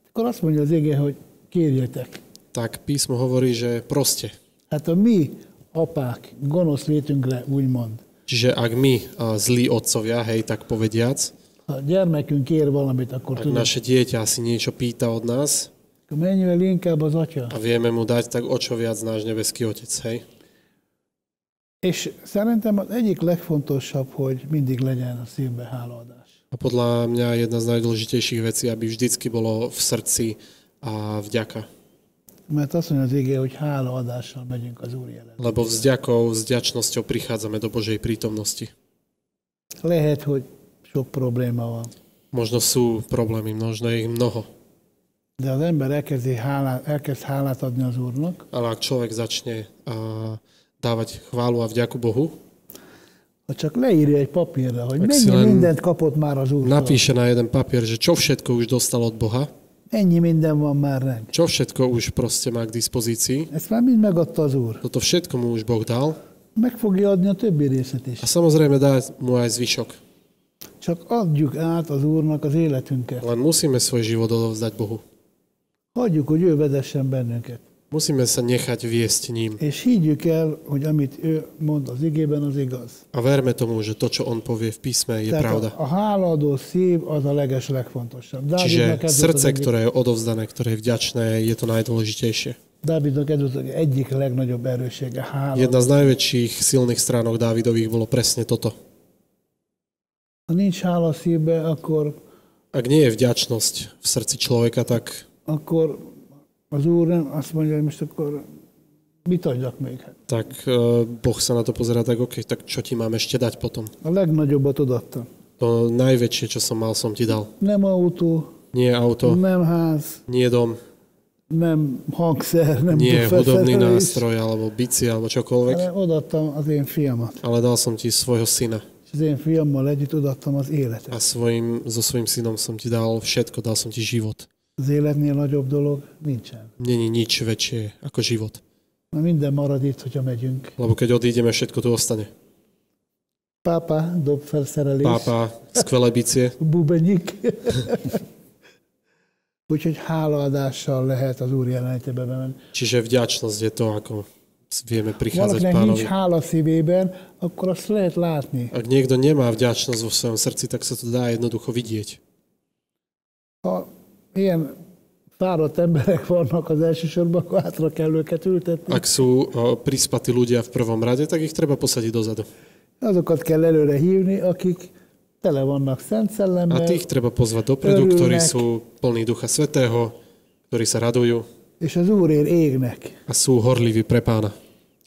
[SPEAKER 2] akkor azt mondja az ige, hogy kérjetek.
[SPEAKER 3] tak písmo hovorí, že proste.
[SPEAKER 2] Hát a mi apák gonosz létünkre úgymond.
[SPEAKER 3] Čiže ak my, a zlí otcovia, hej, tak povediac,
[SPEAKER 2] Ha a gyermekünk kér valamit, akkor
[SPEAKER 3] ak
[SPEAKER 2] tudod,
[SPEAKER 3] naše dieťa si niečo pýta od nás
[SPEAKER 2] akkor menjél inkább az atya.
[SPEAKER 3] a vieme mu dať, tak o čo viac náš nebeský otec, hej.
[SPEAKER 2] És szerintem az egyik legfontosabb, hogy mindig legyen a szívbe hálaadás.
[SPEAKER 3] A podľa mňa jedna z najdôležitejších vecí, aby vždycky bolo v srdci a vďaka.
[SPEAKER 2] Mert azt mondja az ige, hogy hálaadással megyünk az Úr jelen.
[SPEAKER 3] Lebo vzďakou, vďačnosťou prichádzame do Božej prítomnosti.
[SPEAKER 2] Lehet, hogy sok probléma van,
[SPEAKER 3] Možno sú problémy, možno je ich mnoho.
[SPEAKER 2] de az ember elkezdi hálát, elkezd hálát adni az Úrnak,
[SPEAKER 3] Ale ak človek začne a, dávať chválu a vďaku Bohu,
[SPEAKER 2] ha csak leírja egy papírra, hogy mennyi
[SPEAKER 3] Excellent.
[SPEAKER 2] mindent kapott már az Úrtól.
[SPEAKER 3] napíše na jeden papier, že čo všetko už dostal od Boha,
[SPEAKER 2] Ennyi minden van már rend.
[SPEAKER 3] čo všetko už proste má k dispozícii,
[SPEAKER 2] Ezt már mind megadta az Úr.
[SPEAKER 3] toto všetko mu už Boh dal
[SPEAKER 2] Meg fogja adni a többi részét is.
[SPEAKER 3] a samozrejme dá mu aj zvyšok.
[SPEAKER 2] Csak adjuk át az Úrnak az életünket.
[SPEAKER 3] Len musíme svoj život odovzdať Bohu.
[SPEAKER 2] Hagyjuk, hogy ő vezessen bennünket.
[SPEAKER 3] Musíme sa nechať viesť ním.
[SPEAKER 2] És higgyük el, hogy amit ő mond az igében, az igaz.
[SPEAKER 3] A verme tomu, že to, čo on povie v písme, je
[SPEAKER 2] Tehát
[SPEAKER 3] pravda.
[SPEAKER 2] a, a hálaadó szív az a leges legfontosabb. Dávidnak
[SPEAKER 3] Čiže
[SPEAKER 2] ez volt az
[SPEAKER 3] srdce,
[SPEAKER 2] egyik-
[SPEAKER 3] ktoré je odovzdané, ktoré je vďačné, je to najdôležitejšie.
[SPEAKER 2] Dávidnak ez volt az egyik legnagyobb erőssége, hála.
[SPEAKER 3] Jedna z najväčších silných stránok Dávidových bolo presne toto.
[SPEAKER 2] Ha nincs hála a szívbe, akkor,
[SPEAKER 3] Ak nie je vďačnosť v srdci človeka, tak,
[SPEAKER 2] akkor az Úr nem azt mondja, hogy most akkor mit adjak még? Hát
[SPEAKER 3] tak eh, Boh sa na to pozerá tak, OK, tak čo ti mám ešte dať potom?
[SPEAKER 2] A legnagyobbat odaadtam.
[SPEAKER 3] To najväčšie, čo som mal, som ti dal.
[SPEAKER 2] Nem autó,
[SPEAKER 3] Nie auto,
[SPEAKER 2] nem ház,
[SPEAKER 3] nie dom,
[SPEAKER 2] nem hangszer, nem
[SPEAKER 3] nie hudobný
[SPEAKER 2] felszerelés,
[SPEAKER 3] nástroj, alebo bicie, alebo čokoľvek,
[SPEAKER 2] hanem odaadtam az én fiamat.
[SPEAKER 3] ale dal som ti svojho syna.
[SPEAKER 2] És az én fiammal együtt odaadtam az életet.
[SPEAKER 3] A svojim, so svojím synom som ti dal všetko, dal som ti život.
[SPEAKER 2] Az életnél nagyobb dolog nincsen.
[SPEAKER 3] Není nič väčšie ako život.
[SPEAKER 2] mert minden marad itt, hogyha megyünk.
[SPEAKER 3] Lebo keď odídeme, všetko tu ostane.
[SPEAKER 2] Pápa, dob felszerelés, Pápa.
[SPEAKER 3] Pápa, skvelé bicie.
[SPEAKER 2] bubenyik. Úgyhogy hálaadással lehet az Úr jelenlétébe bemenni.
[SPEAKER 3] Čiže vďačnosť je to, ako vieme prichádzať
[SPEAKER 2] valakinek nincs
[SPEAKER 3] pánovi.
[SPEAKER 2] hála szívében, akkor azt lehet látni.
[SPEAKER 3] Ak niekto nemá vďačnosť vo svojom srdci, tak sa to dá jednoducho vidieť.
[SPEAKER 2] Ha ilyen fáradt emberek vannak az elsősorban, akkor átra kell őket ültetni.
[SPEAKER 3] Ak sú o, prispatí ľudia v prvom rade, tak ich treba posadiť dozadu.
[SPEAKER 2] Azokat kell előre hívni, akik tele vannak Szent
[SPEAKER 3] A
[SPEAKER 2] Szellemmel,
[SPEAKER 3] tých treba pozvať dopredu,
[SPEAKER 2] Örülnek.
[SPEAKER 3] ktorí sú plní Ducha Svetého, ktorí sa radujú
[SPEAKER 2] és az Úrért égnek.
[SPEAKER 3] a sú horliví pre pána.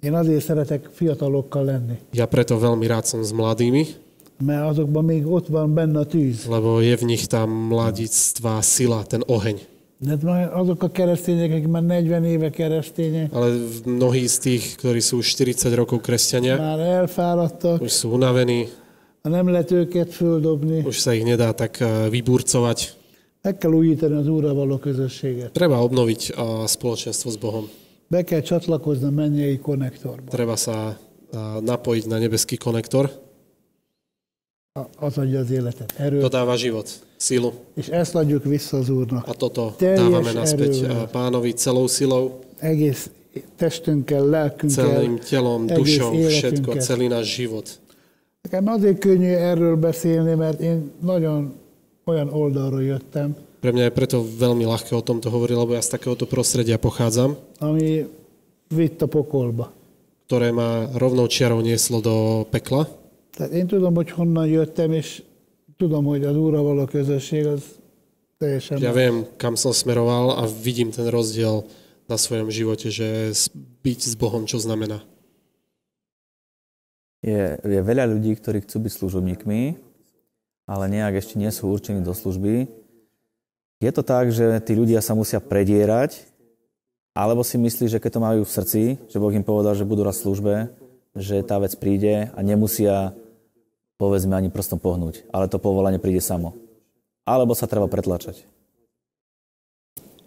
[SPEAKER 2] Én azért szeretek fiatalokkal lenni,
[SPEAKER 3] Ja preto veľmi rád som s mladými,
[SPEAKER 2] mert azokban még ott van benne a tűz.
[SPEAKER 3] lebo je v nich tá mladictvá sila, ten oheň.
[SPEAKER 2] De már azok a keresztények, akik már 40 éve keresztények,
[SPEAKER 3] Ale v- mnohí z tých, ktorí sú 40 rokov kresťania,
[SPEAKER 2] már elfáradtak,
[SPEAKER 3] už sú unavení,
[SPEAKER 2] ha nem lehet őket földobni,
[SPEAKER 3] už sa ich nedá tak eh, vyburcovať.
[SPEAKER 2] meg kell újítani az Úrral való közösséget.
[SPEAKER 3] Treba obnoviť a spoločenstvo s Bohom.
[SPEAKER 2] Be kell csatlakozni a mennyei konnektorba.
[SPEAKER 3] Treba sa a, napojiť na nebeský konektor.
[SPEAKER 2] A- Az adja az életet,
[SPEAKER 3] To
[SPEAKER 2] erőt,
[SPEAKER 3] dáva život, silu.
[SPEAKER 2] és ezt adjuk vissza az Úrnak.
[SPEAKER 3] A toto
[SPEAKER 2] Teljes
[SPEAKER 3] dávame naspäť
[SPEAKER 2] erővel.
[SPEAKER 3] a, pánovi celou silou,
[SPEAKER 2] Egész testünkkel, lelkünkkel.
[SPEAKER 3] celým telom,
[SPEAKER 2] egész
[SPEAKER 3] dušou, všetko,
[SPEAKER 2] életünket.
[SPEAKER 3] celý náš život.
[SPEAKER 2] Nekem azért könnyű erről beszélni, mert én nagyon olyan oldalról jöttem,
[SPEAKER 3] Pre mňa je preto veľmi ľahké o tomto hovoriť, lebo ja z takéhoto prostredia pochádzam,
[SPEAKER 2] ami vitt a pokolba.
[SPEAKER 3] ktoré ma rovnou čiarou nieslo do pekla.
[SPEAKER 2] Tehát én tudom, hogy honnan jöttem, és tudom, hogy az Úrral való közösség az teljesen
[SPEAKER 3] Ja
[SPEAKER 2] más.
[SPEAKER 3] viem, kam som smeroval a vidím ten rozdiel na svojom živote, že s- byť s Bohom, čo znamená.
[SPEAKER 1] Je, je veľa ľudí, ktorí chcú byť služobníkmi, ale nejak ešte nie sú určení do služby. Je to tak, že tí ľudia sa musia predierať, alebo si myslí, že keď to majú v srdci, že Boh im povedal, že budú raz v službe, že tá vec príde a nemusia, povedzme, ani prstom pohnúť, ale to povolanie príde samo. Alebo sa treba pretlačať.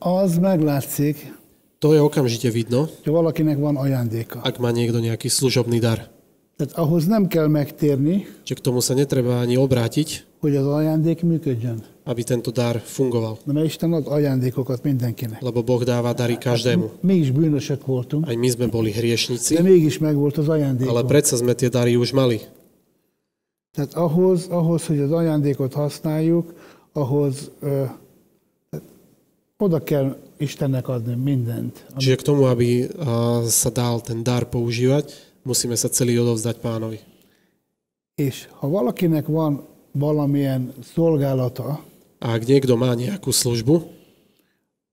[SPEAKER 2] Az meglátszik,
[SPEAKER 3] To je okamžite vidno,
[SPEAKER 2] hogy valakinek van ajándéka.
[SPEAKER 3] ak má niekto nejaký služobný dar.
[SPEAKER 2] Tehát ahhoz nem kell megtérni,
[SPEAKER 3] Čiže k tomu sa netreba ani obrátiť,
[SPEAKER 2] hogy az ajándék működjön.
[SPEAKER 3] aby tento dar fungoval.
[SPEAKER 2] Na, Mert Isten ad ajándékokat mindenkinek.
[SPEAKER 3] Lebo Boh dáva dary každému.
[SPEAKER 2] Mi is bűnösek voltunk,
[SPEAKER 3] Aj my sme boli
[SPEAKER 2] de
[SPEAKER 3] hriešnici,
[SPEAKER 2] mégis megvolt az ajándék.
[SPEAKER 3] ale predsa sme tie dary už mali.
[SPEAKER 2] Tehát ahhoz, ahhoz, hogy az ajándékot használjuk, ahhoz ö, tehát oda kell Istennek adni mindent. ami-
[SPEAKER 3] Čiže k tomu, aby a, sa dal ten dar používať, musíme sa celý odovzdať pánovi.
[SPEAKER 2] És ha valakinek van valamilyen szolgálata,
[SPEAKER 3] A ak niekto má nejakú službu,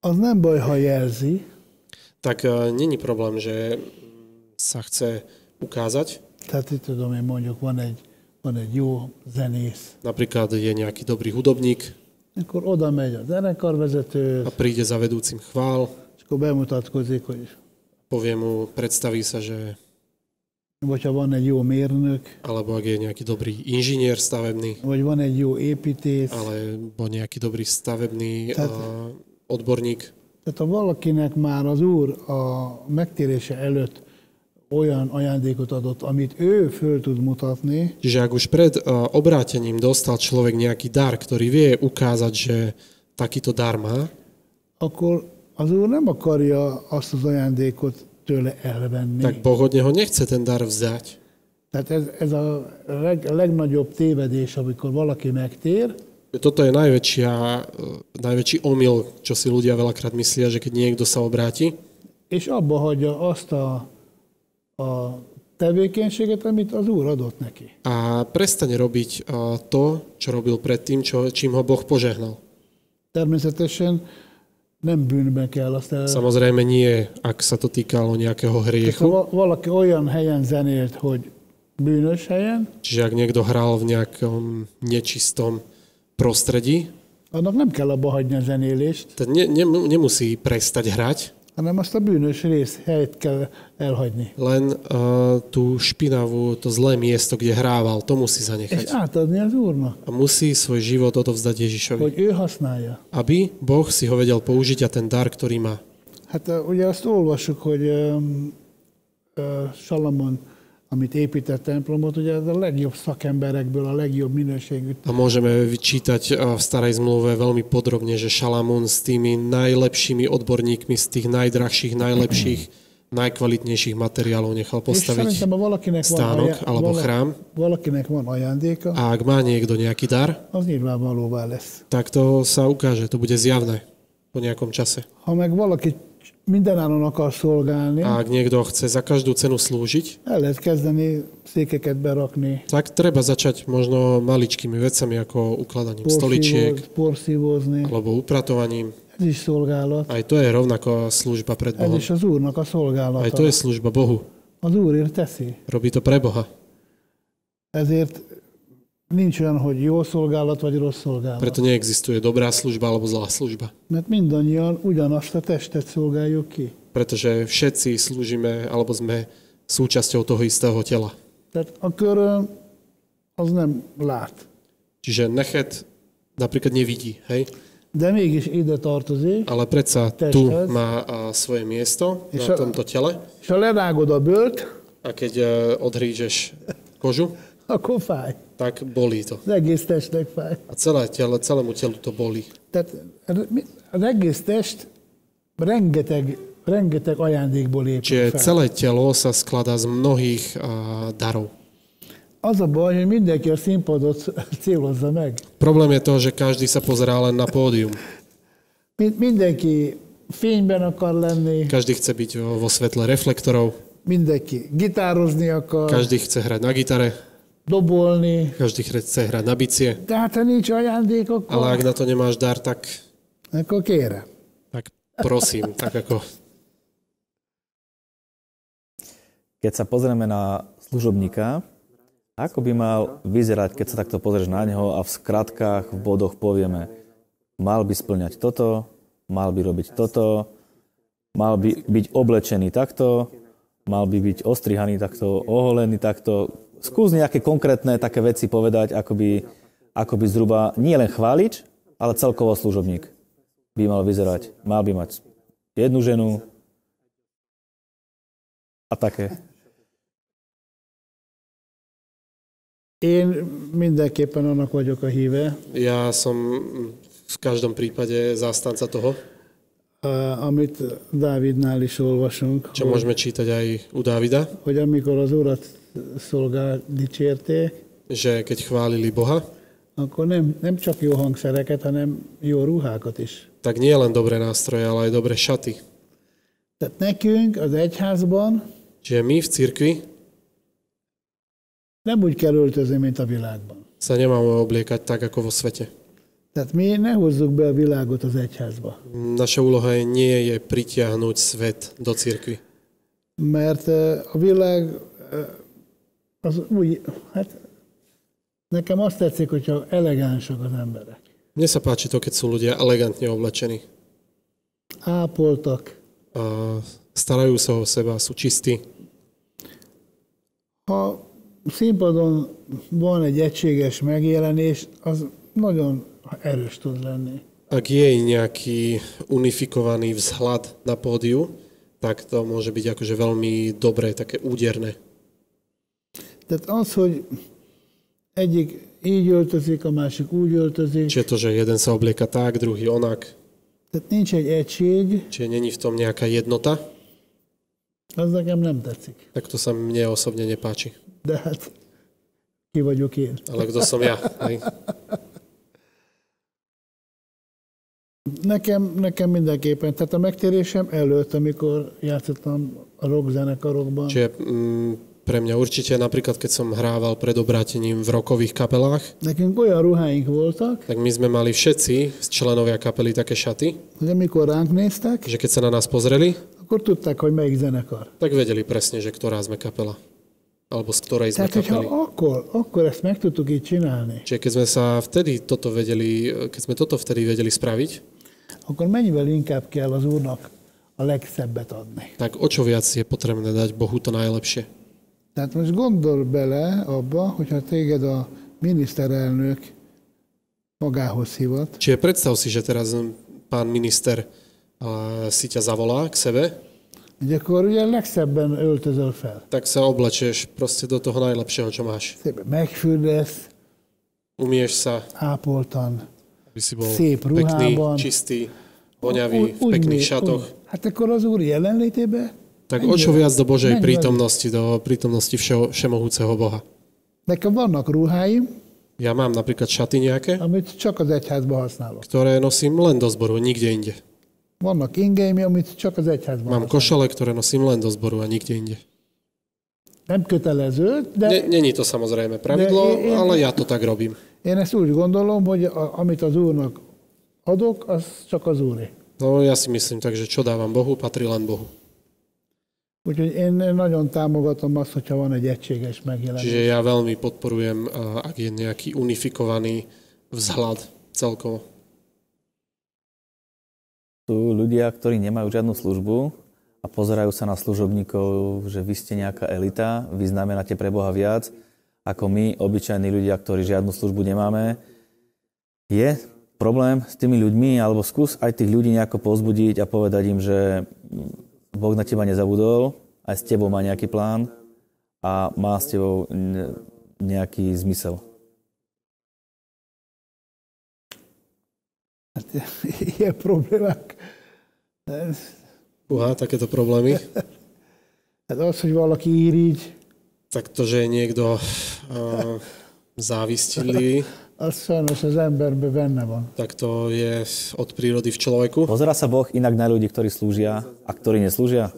[SPEAKER 2] az nem baj, ha jelzi,
[SPEAKER 3] tak e, není problém, že mm, sa chce ukázať.
[SPEAKER 2] tehát itt tudom én mondjuk van egy, van egy jó zenész,
[SPEAKER 3] Napríklad je nejaký dobrý hudobník
[SPEAKER 2] akkor oda megy a zenekarvezető,
[SPEAKER 3] a príde za vedúcim chvál,
[SPEAKER 2] és akkor bemutatkozik, hogy
[SPEAKER 3] povie mu, predstaví sa, že
[SPEAKER 2] vagy ha van egy jó mérnök,
[SPEAKER 3] alebo ak je nejaký dobrý inžinier stavebný,
[SPEAKER 2] vagy van egy jó építész.
[SPEAKER 3] alebo nejaký dobrý stavebný
[SPEAKER 2] Tak.
[SPEAKER 3] a, odborník.
[SPEAKER 2] Tehát ha valakinek már az Úr a megtérése előtt olyan ajándékot adott, amit ő föl tud mutatni,
[SPEAKER 3] Čiže ak už pred a, obrátením dostal človek nejaký dar, ktorý vie ukázať, že takýto dar má,
[SPEAKER 2] akkor az Úr nem akarja azt az ajándékot tőle elvenni.
[SPEAKER 3] tak Boh od neho nechce ten dar vzdať.
[SPEAKER 2] Tehát ez, ez a leg, legnagyobb tévedés, amikor valaki megtér,
[SPEAKER 3] Toto je najväčšia, e, najväčší omyl, čo si ľudia veľakrát myslia, že keď niekto sa obráti,
[SPEAKER 2] és abba hagyja azt a, a tevékenységet, amit az Úr adott neki.
[SPEAKER 3] a prestane robiť a, to, čo robil predtým, čo, čím ho Boh požehnal.
[SPEAKER 2] Természetesen nem bűnbe kell azt el...
[SPEAKER 3] Samozrejme nie, ak sa to týkalo nejakého
[SPEAKER 2] Tehát, ha
[SPEAKER 3] hriechu.
[SPEAKER 2] va- valaki olyan helyen zenélt, hogy bűnös helyen,
[SPEAKER 3] Čiže ak niekto hral v nejakom nečistom prostredí,
[SPEAKER 2] annak nem kell abba hagyni a zenélést,
[SPEAKER 3] ten ne, ne, nemusí prestať hrať,
[SPEAKER 2] hanem azt a bűnös rész helyet kell elhagyni.
[SPEAKER 3] len uh, tú špinavú, to zlé miesto, kde hrával, to musí
[SPEAKER 2] És
[SPEAKER 3] zanechať.
[SPEAKER 2] átadni az Úrnak,
[SPEAKER 3] A musí svoj život odovzdať Ježišovi,
[SPEAKER 2] hogy ő használja.
[SPEAKER 3] aby Boh si ho vedel použiť a ten dar, ktorý má.
[SPEAKER 2] Hát ö, ugye azt olvassuk, hogy ö, ö, Salamon, amit épített templomot, ugye ez a legjobb szakemberekből, a legjobb minőségű
[SPEAKER 3] A môžeme vyčítať a v starej zmluve veľmi podrobne, že Šalamún s tými najlepšími odborníkmi z tých najdrahších, najlepších, najkvalitnejších materiálov nechal
[SPEAKER 2] És
[SPEAKER 3] postaviť.
[SPEAKER 2] szerintem, ha valakinek van,
[SPEAKER 3] stánok alebo
[SPEAKER 2] vala-
[SPEAKER 3] chrám.
[SPEAKER 2] valakinek van ajándéka,
[SPEAKER 3] A ak má niekto nejaký dar,
[SPEAKER 2] az nyilvánvalóvá lesz.
[SPEAKER 3] tak to sa ukáže, to bude zjavné po nejakom čase.
[SPEAKER 2] Ha meg valaki mindenáron akar szolgálni,
[SPEAKER 3] A ak niekto chce za každú cenu slúžiť,
[SPEAKER 2] el lehet kezdeni székeket berakni,
[SPEAKER 3] tak treba začať možno maličkými vecami ako ukladaním stoličiek
[SPEAKER 2] porszívóz, porszívózni.
[SPEAKER 3] alebo upratovaním.
[SPEAKER 2] Ez is szolgálat.
[SPEAKER 3] Aj to je rovnako služba pred
[SPEAKER 2] Ez
[SPEAKER 3] Bohom.
[SPEAKER 2] is az Úrnak a
[SPEAKER 3] Aj
[SPEAKER 2] szolgálata.
[SPEAKER 3] to je služba Bohu.
[SPEAKER 2] Az Úrért teszi.
[SPEAKER 3] Robí to pre Boha.
[SPEAKER 2] Ezért nincs olyan, hogy jó szolgálat vagy rossz szolgálat.
[SPEAKER 3] Preto neexistuje dobrá služba alebo zlá služba.
[SPEAKER 2] Mert mindannyian ugyanazt a testet szolgáljuk ki.
[SPEAKER 3] Pretože všetci slúžime alebo sme súčasťou toho istého tela.
[SPEAKER 2] Tehát a köröm az nem lát.
[SPEAKER 3] Čiže nechet napríklad nevidí, hej?
[SPEAKER 2] De mégis ide tartozik,
[SPEAKER 3] Ale predsa tu má a, svoje miesto na tomto tele
[SPEAKER 2] és ha lerágod a bőrt,
[SPEAKER 3] a keď e, odhrížeš kožu,
[SPEAKER 2] akkor fáj.
[SPEAKER 3] tak bolí to.
[SPEAKER 2] Az egész testnek fáj.
[SPEAKER 3] A celé tele, celému telu to bolí.
[SPEAKER 2] Tehát az egész test rengeteg, rengeteg ajándékból épül fel.
[SPEAKER 3] Čiže celé telo sa skladá z mnohých a, darov.
[SPEAKER 2] Az a baj, hogy mindenki a színpadot célozza meg.
[SPEAKER 3] Problém je to, že každý sa pozerá len na pódium.
[SPEAKER 2] Mind- Mindenki fényben akar lenni,
[SPEAKER 3] Každý chce byť vo vo svetle reflektorov,
[SPEAKER 2] mindenki gitározni akar,
[SPEAKER 3] každý chce hrať na gitare,
[SPEAKER 2] dobolni.
[SPEAKER 3] každý chce hrať na bicie,
[SPEAKER 2] De hát ha nincs ajándék,
[SPEAKER 3] ale ak
[SPEAKER 2] akkor,
[SPEAKER 3] na to nemáš dar, tak,
[SPEAKER 2] akkor kérem.
[SPEAKER 3] tak prosím, tak ako...
[SPEAKER 1] Keď sa pozrieme na služobníka, ako by mal vyzerať, keď sa takto pozrieš na neho a v skratkách, v bodoch povieme, mal by splňať toto, mal by robiť toto, mal by byť oblečený takto, mal by byť ostrihaný takto, oholený takto. Skús nejaké konkrétne také veci povedať, ako by, ako by zhruba nie len chválič, ale celkovo služobník by mal vyzerať. Mal by mať jednu ženu a také.
[SPEAKER 2] Én mindenképpen annak vagyok a híve,
[SPEAKER 3] Ja som v každom prípade zástanca toho,
[SPEAKER 2] eh, amit Dávidnál is olvasunk,
[SPEAKER 3] čo môžeme čítať aj u Davida,
[SPEAKER 2] hogy amikor az Urat szolgál dicsérték,
[SPEAKER 3] že keď chválili Boha,
[SPEAKER 2] akkor nem, nem csak jó hangszereket, hanem jó ruhákat is.
[SPEAKER 3] tak nie len dobré nástroje, ale aj dobré šaty.
[SPEAKER 2] Tehát nekünk az egyházban
[SPEAKER 3] Čiže my v cirkvi
[SPEAKER 2] nem úgy kell öltözni, mint a világban.
[SPEAKER 3] sa nemáme obliekať tak, ako vo svete.
[SPEAKER 2] Tehát mi ne hozzuk be a világot az egyházba,
[SPEAKER 3] Naša úloha je- nie je pritiahnuť svet do cirkvi.
[SPEAKER 2] mert eh, a világ eh, az úgy, hát nekem azt tetszik, hogyha elegánsak az emberek.
[SPEAKER 3] Mne sa páči to, keď sú ľudia elegantne oblečení.
[SPEAKER 2] Ápoltak.
[SPEAKER 3] A starajú sa o seba, sú čistí.
[SPEAKER 2] Ha színpadon van egy egységes megjelenés, az nagyon erős tud lenni.
[SPEAKER 3] Ak je nejaký unifikovaný vzhľad na pódiu, tak to môže byť akože veľmi dobré, také úderné.
[SPEAKER 2] Tehát az, hogy egyik így öltözik, a másik úgy öltözik,
[SPEAKER 3] Čiže to, že jeden sa oblieka tak, druhý onak,
[SPEAKER 2] tehát nincs egy egység,
[SPEAKER 3] čiže není v tom nejaká jednota,
[SPEAKER 2] az nekem nem tetszik.
[SPEAKER 3] tak to sa mne osobne nepáči.
[SPEAKER 2] De hát ki vagyok én.
[SPEAKER 3] Ale kto som ja? Hej.
[SPEAKER 2] Nekem, nekem mindenképpen, tehát a megtérésem előtt, amikor játszottam a rockzenekarokban,
[SPEAKER 3] Čiže mm, pre mňa určite, napríklad keď som hrával pred obrátením v rokových kapelách,
[SPEAKER 2] nekünk olyan ruháink voltak,
[SPEAKER 3] tak my sme mali všetci, členovia kapely, také šaty,
[SPEAKER 2] hogy amikor ránk néztek,
[SPEAKER 3] že keď sa na nás pozreli,
[SPEAKER 2] akkor tudták, hogy melyik zenekar.
[SPEAKER 3] tak vedeli presne, že ktorá sme kapela. Alebo z ktorej sme
[SPEAKER 2] Tehát, hogyha
[SPEAKER 3] kapely.
[SPEAKER 2] akkor, akkor ezt meg tudtuk így csinálni,
[SPEAKER 3] Čiže keď sme sa vtedy toto vedeli, keď sme toto vtedy vedeli spraviť,
[SPEAKER 2] akkor mennyivel inkább kell az Úrnak a legszebbet adni.
[SPEAKER 3] tak o čo viac je potrebné dať Bohu to najlepšie.
[SPEAKER 2] Tehát most gondol bele abba, hogyha téged a miniszterelnök magához hívott,
[SPEAKER 3] Čiže predstav si, že teraz pán minister a, si ťa zavolá k sebe
[SPEAKER 2] Így akkor ugye legszebben öltözöl fel.
[SPEAKER 3] tak sa oblečieš proste do toho najlepšieho, čo máš.
[SPEAKER 2] Szépen megfürdesz,
[SPEAKER 3] Umieš sa,
[SPEAKER 2] ápoltan.
[SPEAKER 3] aby si bol
[SPEAKER 2] Szép
[SPEAKER 3] pekný,
[SPEAKER 2] ruhában.
[SPEAKER 3] čistý, voňavý, v pekných
[SPEAKER 2] mi-
[SPEAKER 3] šatoch.
[SPEAKER 2] úgy- Hát akkor az Úr jelenlétébe
[SPEAKER 3] Tak o čo viac do Božej
[SPEAKER 2] Megy
[SPEAKER 3] prítomnosti, do prítomnosti všeho, všemohúceho Boha.
[SPEAKER 2] nekem vannak ruháim,
[SPEAKER 3] Ja mám napríklad šaty nejaké,
[SPEAKER 2] amit csak az egyházban használok.
[SPEAKER 3] ktoré nosím len do zboru, nikde inde.
[SPEAKER 2] Vannak ingeim, amit csak az egyházban
[SPEAKER 3] Mám
[SPEAKER 2] használok.
[SPEAKER 3] košele, ktoré nosím len do zboru a nikde inde.
[SPEAKER 2] Nem kötelező, de
[SPEAKER 3] Ne- Není to samozrejme pravidlo,
[SPEAKER 2] Ne, je- je-
[SPEAKER 3] ale ja to tak robím.
[SPEAKER 2] én ezt úgy gondolom, hogy a, amit az Úrnak adok, az csak az Úré.
[SPEAKER 3] No ja si myslím tak, že čo dávam Bohu, patrí len Bohu.
[SPEAKER 2] Úgyhogy én nagyon támogatom azt, hogyha van egy egységes megjelenés.
[SPEAKER 3] Čiže ja veľmi podporujem, a ak je nejaký unifikovaný vzhľad celkovo.
[SPEAKER 1] Sú ľudia, ktorí nemajú žiadnu službu a pozerajú sa na služobníkov, že vy ste nejaká elita, vy znamenáte pre Boha viac ako my, obyčajní ľudia, ktorí žiadnu službu nemáme. Je problém s tými ľuďmi, alebo skús aj tých ľudí nejako pozbudiť a povedať im, že mm, Boh na teba nezabudol, aj s tebou má nejaký plán a má s tebou mm, nejaký zmysel.
[SPEAKER 2] Hát, ilyen problémák.
[SPEAKER 3] Uha, takéto problémy.
[SPEAKER 2] Hát az, hogy valaki irigy,
[SPEAKER 3] Tak to, že je niekto uh, závistilý,
[SPEAKER 2] az sajnos az emberben benne van.
[SPEAKER 3] tak to je od prírody v človeku.
[SPEAKER 1] Pozerá sa Boh inak na ľudí, ktorí slúžia a ktorí neslúžia?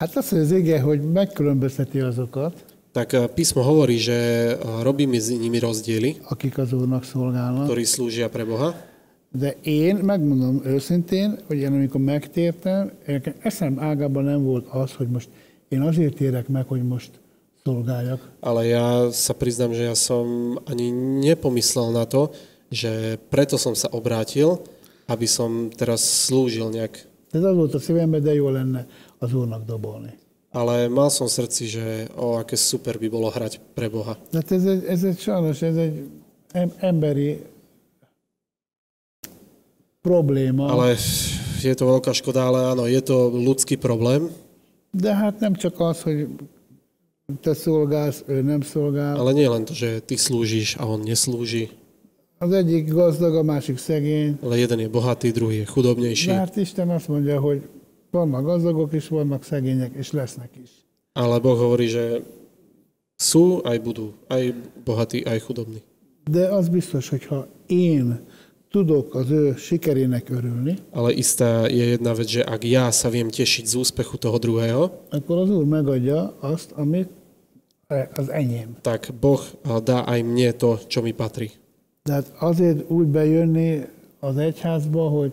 [SPEAKER 2] Hát azt mondja az ige, hogy megkülönbözteti azokat,
[SPEAKER 3] Tak eh, písmo hovorí, že eh, robí medzi nimi rozdiely,
[SPEAKER 2] akik az Úrnak szolgálnak.
[SPEAKER 3] ktorí slúžia pre Boha.
[SPEAKER 2] De én megmondom őszintén, hogy én amikor megtértem, nekem eszem ágában nem volt az, hogy most én azért érek meg, hogy most szolgáljak.
[SPEAKER 3] Ale ja sa priznám, že ja som ani nepomyslel na to, že preto som sa obrátil, aby som teraz slúžil nejak.
[SPEAKER 2] Ez az volt a szívemben, de jó lenne az Úrnak dobolni.
[SPEAKER 3] Ale mal som v srdci, že o, aké super by bolo hrať pre Boha.
[SPEAKER 2] Tehát ez egy, ez egy sajnos, ez egy em- emberi probléma,
[SPEAKER 3] Ale je to veľká škoda, ale áno, je to ľudský problém,
[SPEAKER 2] de hát nem csak az, hogy te szolgálsz, ő nem szolgál.
[SPEAKER 3] ale nie len to, že ty slúžiš a on neslúži,
[SPEAKER 2] Az egyik gazdag, a másik szegény.
[SPEAKER 3] ale jeden je bohatý, druhý je chudobnejší.
[SPEAKER 2] De hát Isten azt mondja, hogy vannak gazdagok is, vannak szegények, és lesznek is.
[SPEAKER 3] Ale Boh hovorí, že sú aj budú, aj bohatí, aj chudobní.
[SPEAKER 2] De az biztos, hogy ha én tudok az ő sikerének örülni,
[SPEAKER 3] Ale istá je jedna vec, že ak ja sa viem tešiť z úspechu toho druhého,
[SPEAKER 2] akkor az Úr megadja azt, amit az enyém.
[SPEAKER 3] tak Boh dá aj mne to, čo mi patrí.
[SPEAKER 2] Tehát hát azért úgy bejönni az egyházba, hogy,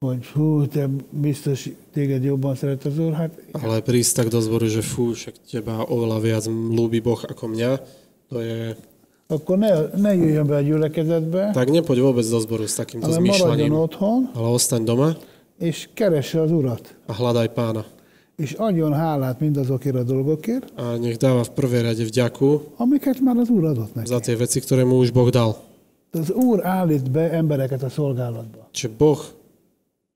[SPEAKER 2] hogy hú, te biztos téged jobban szeret az Úr, hát
[SPEAKER 3] Ale prísť tak do zboru, že fú, však teba oveľa viac ľúbi Boh ako mňa, to je...
[SPEAKER 2] akkor ne, ne jöjjön be a gyülekezetbe,
[SPEAKER 3] Tak nepoď vôbec do zboru s takýmto
[SPEAKER 2] hanem maradjon
[SPEAKER 3] zmýšľaním,
[SPEAKER 2] otthon,
[SPEAKER 3] ale ostaň doma
[SPEAKER 2] és keresse az Urat.
[SPEAKER 3] a hľadaj pána.
[SPEAKER 2] És adjon hálát mindazokért a dolgokért,
[SPEAKER 3] A nech dáva v prvej rade vďaku
[SPEAKER 2] amiket már az Úr adott neki.
[SPEAKER 3] za tie veci, ktoré mu už Boh dal.
[SPEAKER 2] Az Úr állít be embereket a szolgálatba.
[SPEAKER 3] Čiže Boh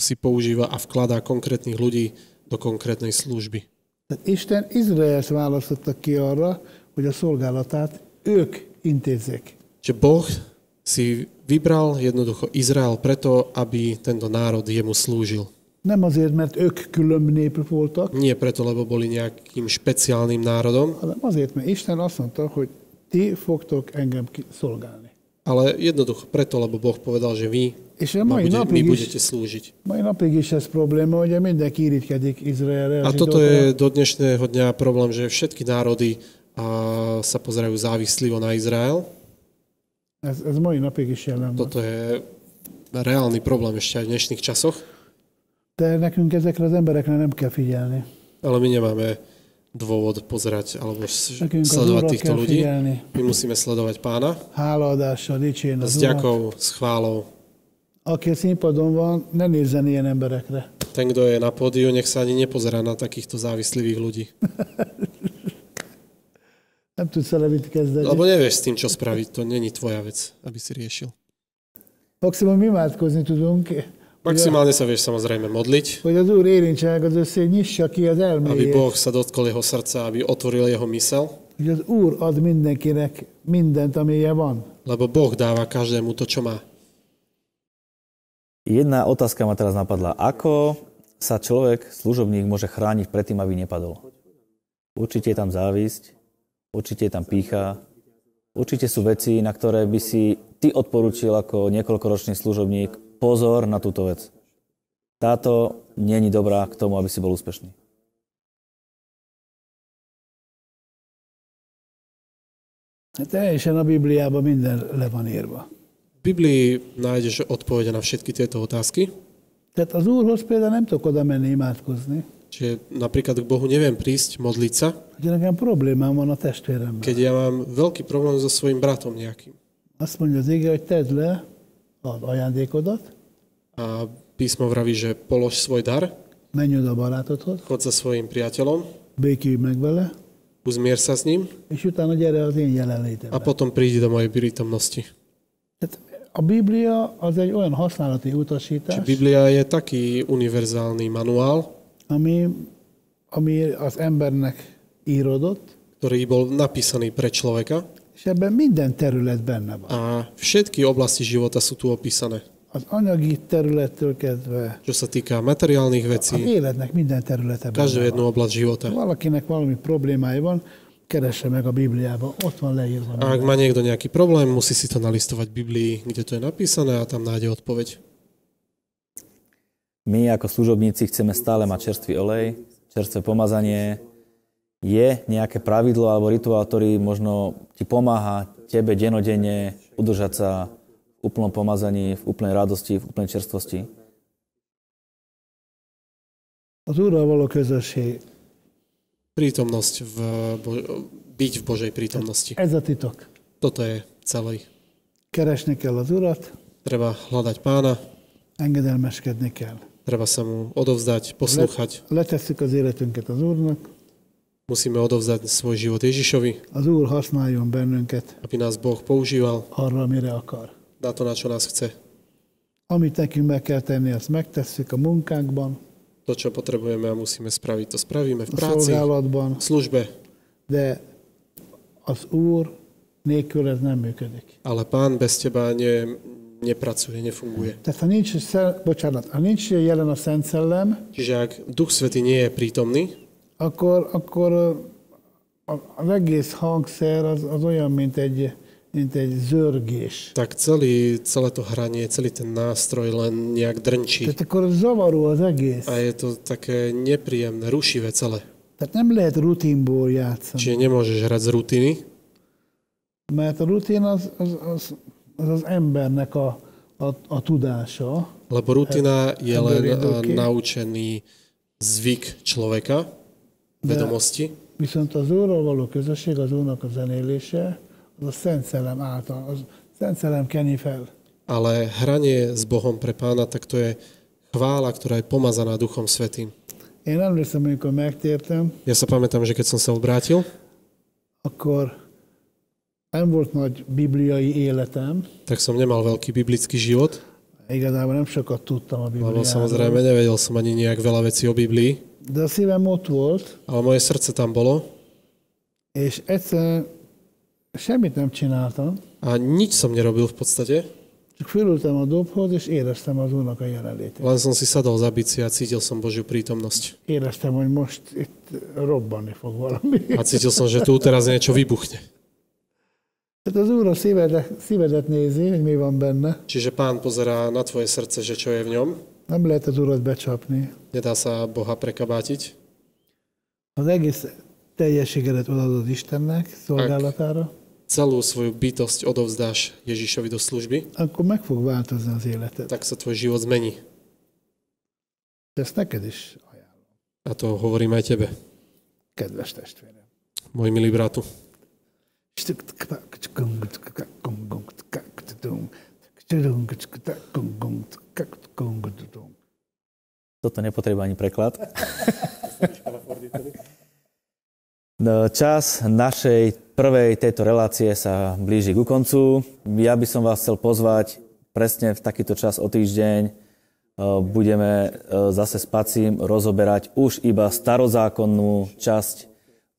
[SPEAKER 3] si používa a vkladá konkrétnych ľudí do konkrétnej služby.
[SPEAKER 2] Tehát Isten Izraelt választotta ki arra, hogy a szolgálatát ők intézzék.
[SPEAKER 3] Čiže Boh si vybral jednoducho Izrael preto, aby tento národ jemu slúžil.
[SPEAKER 2] Nem azért, mert ők külön nép voltak,
[SPEAKER 3] Nie preto, lebo boli nejakým špeciálnym národom,
[SPEAKER 2] hanem azért, mert Isten azt mondta, hogy ti fogtok engem ki- szolgálni.
[SPEAKER 3] ale jednoducho preto, lebo Boh povedal, že vy
[SPEAKER 2] És a
[SPEAKER 3] ma
[SPEAKER 2] mai
[SPEAKER 3] bude, mi
[SPEAKER 2] napig,
[SPEAKER 3] budete
[SPEAKER 2] is,
[SPEAKER 3] slúžiť.
[SPEAKER 2] mai napig is ez probléma, ugye mindenki irigykedik Izraelre.
[SPEAKER 3] A
[SPEAKER 2] a
[SPEAKER 3] toto
[SPEAKER 2] zsidókra.
[SPEAKER 3] je do dnešného dňa problém, že všetky národy a, sa pozerajú závislivo na Izrael.
[SPEAKER 2] Ez, ez mai napig is jelen van.
[SPEAKER 3] Toto je reálny problém ešte aj v dnešných časoch,
[SPEAKER 2] De nekünk ezekre az emberekre nem kell figyelni.
[SPEAKER 3] ale my nemáme dôvod pozerať alebo s-
[SPEAKER 2] Nekünk az
[SPEAKER 3] sledovať
[SPEAKER 2] Úrra
[SPEAKER 3] týchto
[SPEAKER 2] kell
[SPEAKER 3] ľudí.
[SPEAKER 2] figyelni.
[SPEAKER 3] My musíme sledovať pána
[SPEAKER 2] Hálaadással, dicsén az
[SPEAKER 3] s
[SPEAKER 2] Urat.
[SPEAKER 3] ďakou, s chválou.
[SPEAKER 2] Aki a színpadon van, ne nézzen ilyen emberekre.
[SPEAKER 3] Ten, kto je na pódiu, nech sa ani nepozerá na takýchto závislivých ľudí.
[SPEAKER 2] Nem tudsz vele mit kezdeni.
[SPEAKER 3] Lebo nevieš s tým, čo spraviť. To není tvoja vec, aby si riešil.
[SPEAKER 2] Maximum imádkozni tudunk,
[SPEAKER 3] Maximálne sa vieš samozrejme modliť,
[SPEAKER 2] hogy az Úr érintse meg az össze, nyissa ki az
[SPEAKER 3] aby
[SPEAKER 2] elméjét,
[SPEAKER 3] Boh sa dotkol jeho srdca, aby otvoril jeho mysel,
[SPEAKER 2] hogy az Úr ad mindenkinek mindent, amilyen van.
[SPEAKER 3] lebo Boh dáva každému to, čo má.
[SPEAKER 1] Jedna otázka ma teraz napadla. Ako sa človek, služobník, môže chrániť pred tým, aby nepadol? Určite je tam závisť, určite je tam pícha, určite sú veci, na ktoré by si ty odporučil ako niekoľkoročný služobník pozor na túto vec. Táto není dobrá k tomu, aby si bol úspešný.
[SPEAKER 2] Hát teljesen a Bibliában minden le van írva.
[SPEAKER 3] V Biblii nájdeš odpovede na všetky tieto otázky,
[SPEAKER 2] Tehát az Úrhoz például nem tudok oda menni imádkozni,
[SPEAKER 3] čiže napríklad k Bohu neviem prísť, modliť sa,
[SPEAKER 2] hogy nekem problémám van a testvéremmel.
[SPEAKER 3] keď ja mám veľký problém so svojím bratom nejakým.
[SPEAKER 2] Azt mondja az ége, hogy tedd le az ajándékodat,
[SPEAKER 3] A písmo vraví, že polož svoj dar,
[SPEAKER 2] menj oda a barátodhoz,
[SPEAKER 3] chod za svojim priateľom,
[SPEAKER 2] békülj meg vele,
[SPEAKER 3] uzmier sa s ním
[SPEAKER 2] és utána gyere az én
[SPEAKER 3] a
[SPEAKER 2] jelenlétembe.
[SPEAKER 3] potom prídi do mojej prítomnosti.
[SPEAKER 2] Tehát a Biblia az egy olyan használati
[SPEAKER 3] Čiže
[SPEAKER 2] utasítás,
[SPEAKER 3] Biblia je taký univerzálny manuál,
[SPEAKER 2] ami, ami az embernek írodott,
[SPEAKER 3] ktorý bol napísaný pre človeka
[SPEAKER 2] és ebben minden terület benne van.
[SPEAKER 3] a všetky oblasti života sú tu opísané.
[SPEAKER 2] Az anyagi területtől kezdve
[SPEAKER 3] Čo sa týka materiálnych vecí,
[SPEAKER 2] az életnek minden területe
[SPEAKER 3] každú
[SPEAKER 2] benne van.
[SPEAKER 3] jednu oblasť života.
[SPEAKER 2] Ha valakinek valami problémája van, keresse meg a Bibliában, ott van leírva.
[SPEAKER 3] A ak
[SPEAKER 2] minden.
[SPEAKER 3] má niekto nejaký problém, musí si to nalistovať v Biblii, kde to je napísané a tam nájde odpoveď.
[SPEAKER 1] My ako služobníci chceme stále mať čerstvý olej, čerstvé pomazanie. Je nejaké pravidlo alebo rituál, ktorý možno ti pomáha tebe denodenne udržať sa v úplnom pomazaní, v úplnej radosti, v úplnej čerstvosti?
[SPEAKER 2] Az Úrral való közösség,
[SPEAKER 3] Prítomnosť v Bo- byť v Božej prítomnosti.
[SPEAKER 2] ez a titok.
[SPEAKER 3] Toto je celý.
[SPEAKER 2] Keresni kell az Urat,
[SPEAKER 3] Treba hľadať pána,
[SPEAKER 2] engedelmeskedni kell.
[SPEAKER 3] treba sa mu odovzdať,
[SPEAKER 2] Le,
[SPEAKER 3] poslúchať.
[SPEAKER 2] letesszük az életünket az Úrnak,
[SPEAKER 3] Musíme odovzdať svoj život Ježišovi,
[SPEAKER 2] az Úr használjon bennünket
[SPEAKER 3] aby nás Boh používal
[SPEAKER 2] arra, amire akar.
[SPEAKER 3] na to, na čo nás chce.
[SPEAKER 2] Amit nekünk meg kell tenni, azt megtesszük a munkánkban,
[SPEAKER 3] To, čo potrebujeme a musíme spraviť, to spravíme v
[SPEAKER 2] a
[SPEAKER 3] práci,
[SPEAKER 2] szolgálatban,
[SPEAKER 3] v službe.
[SPEAKER 2] de az Úr nélkül ez nem működik.
[SPEAKER 3] Ale pán bez teba ne, nepracuje, nefunguje.
[SPEAKER 2] Tehát ha nincs, szel- bocsánat, ha nincs jelen a Szent Szellem,
[SPEAKER 3] Čiže ak Duch Svetý nie je prítomný,
[SPEAKER 2] akkor, akkor ö, a- az egész hangszer az, az olyan, mint egy, mint egy zörgés.
[SPEAKER 3] tak celý, celé to hranie, celý ten nástroj len nejak drnčí.
[SPEAKER 2] Tehát akkor zavaró az egész.
[SPEAKER 3] A je to také nepríjemné, rušivé celé.
[SPEAKER 2] Tehát nem lehet rutinból játszani,
[SPEAKER 3] Čiže nemôžeš hrať z rutiny,
[SPEAKER 2] mert a rutin az az, az, az, az embernek a, a, a tudása,
[SPEAKER 3] lebo rutina je
[SPEAKER 2] Ehm,
[SPEAKER 3] len
[SPEAKER 2] dobrý
[SPEAKER 3] eh,
[SPEAKER 2] ruky.
[SPEAKER 3] naučený zvyk človeka, vedomosti.
[SPEAKER 2] viszont az Úrral való közösség, az Úrnak a zenélése, az a Szent Szellem által, az Szent Szellem keni fel.
[SPEAKER 3] Ale hranie s Bohom pre pána, tak to je chvála, ktorá je pomazaná Duchom Svetým.
[SPEAKER 2] Én emlékszem, amikor megtértem,
[SPEAKER 3] Ja sa pamätám, že keď som sa obrátil,
[SPEAKER 2] akkor nem volt nagy bibliai életem,
[SPEAKER 3] tak som nemal veľký biblický život,
[SPEAKER 2] igazából nem sokat tudtam a
[SPEAKER 3] lebo
[SPEAKER 2] Bibliáról,
[SPEAKER 3] samozrejme nevedel som ani nejak veľa vecí o Biblii,
[SPEAKER 2] de a szívem ott volt,
[SPEAKER 3] ale moje srdce tam bolo
[SPEAKER 2] és egyszer semmit nem csináltam,
[SPEAKER 3] a nič som nerobil v podstate,
[SPEAKER 2] csak fölültem a dobhoz, és éreztem az Úrnak a jelenlétét.
[SPEAKER 3] len som si sadol za bici a cítil som Božiu prítomnosť.
[SPEAKER 2] Éreztem, hogy most itt robbanni fog valami.
[SPEAKER 3] A cítil som, že tu teraz niečo vybuchne.
[SPEAKER 2] Tehát az Úr a szívedet, szívedet nézi, hogy mi van benne.
[SPEAKER 3] Čiže pán pozerá na tvoje srdce, že čo je v ňom.
[SPEAKER 2] Nem lehet az Urat becsapni.
[SPEAKER 3] Nedá sa Boha prekabátiť.
[SPEAKER 2] Az egész teljességedet odaadod Istennek szolgálatára,
[SPEAKER 3] Celú svoju bytosť odovzdáš Ježišovi do služby,
[SPEAKER 2] akkor meg fog változni az életed.
[SPEAKER 3] tak sa tvoj život zmení.
[SPEAKER 2] Ezt neked is ajánlom,
[SPEAKER 3] A to hovorím aj tebe,
[SPEAKER 2] kedves testvérem.
[SPEAKER 3] môj milý bratu.
[SPEAKER 1] Toto nepotreba ani preklad. No, Čas našej prvej tejto relácie sa blíži ku koncu. Ja by som vás chcel pozvať presne v takýto čas o týždeň eh, budeme eh, zase s Pacím rozoberať už iba starozákonnú časť.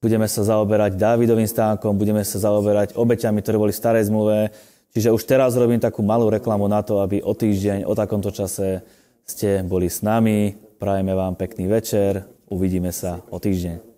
[SPEAKER 1] Budeme sa zaoberať Dávidovým stánkom, budeme sa zaoberať obeťami, ktoré boli v starej zmluve. Čiže už teraz robím takú malú reklamu na to, aby o týždeň, o takomto čase ste boli s nami. Prajeme vám pekný večer. Uvidíme sa o týždeň.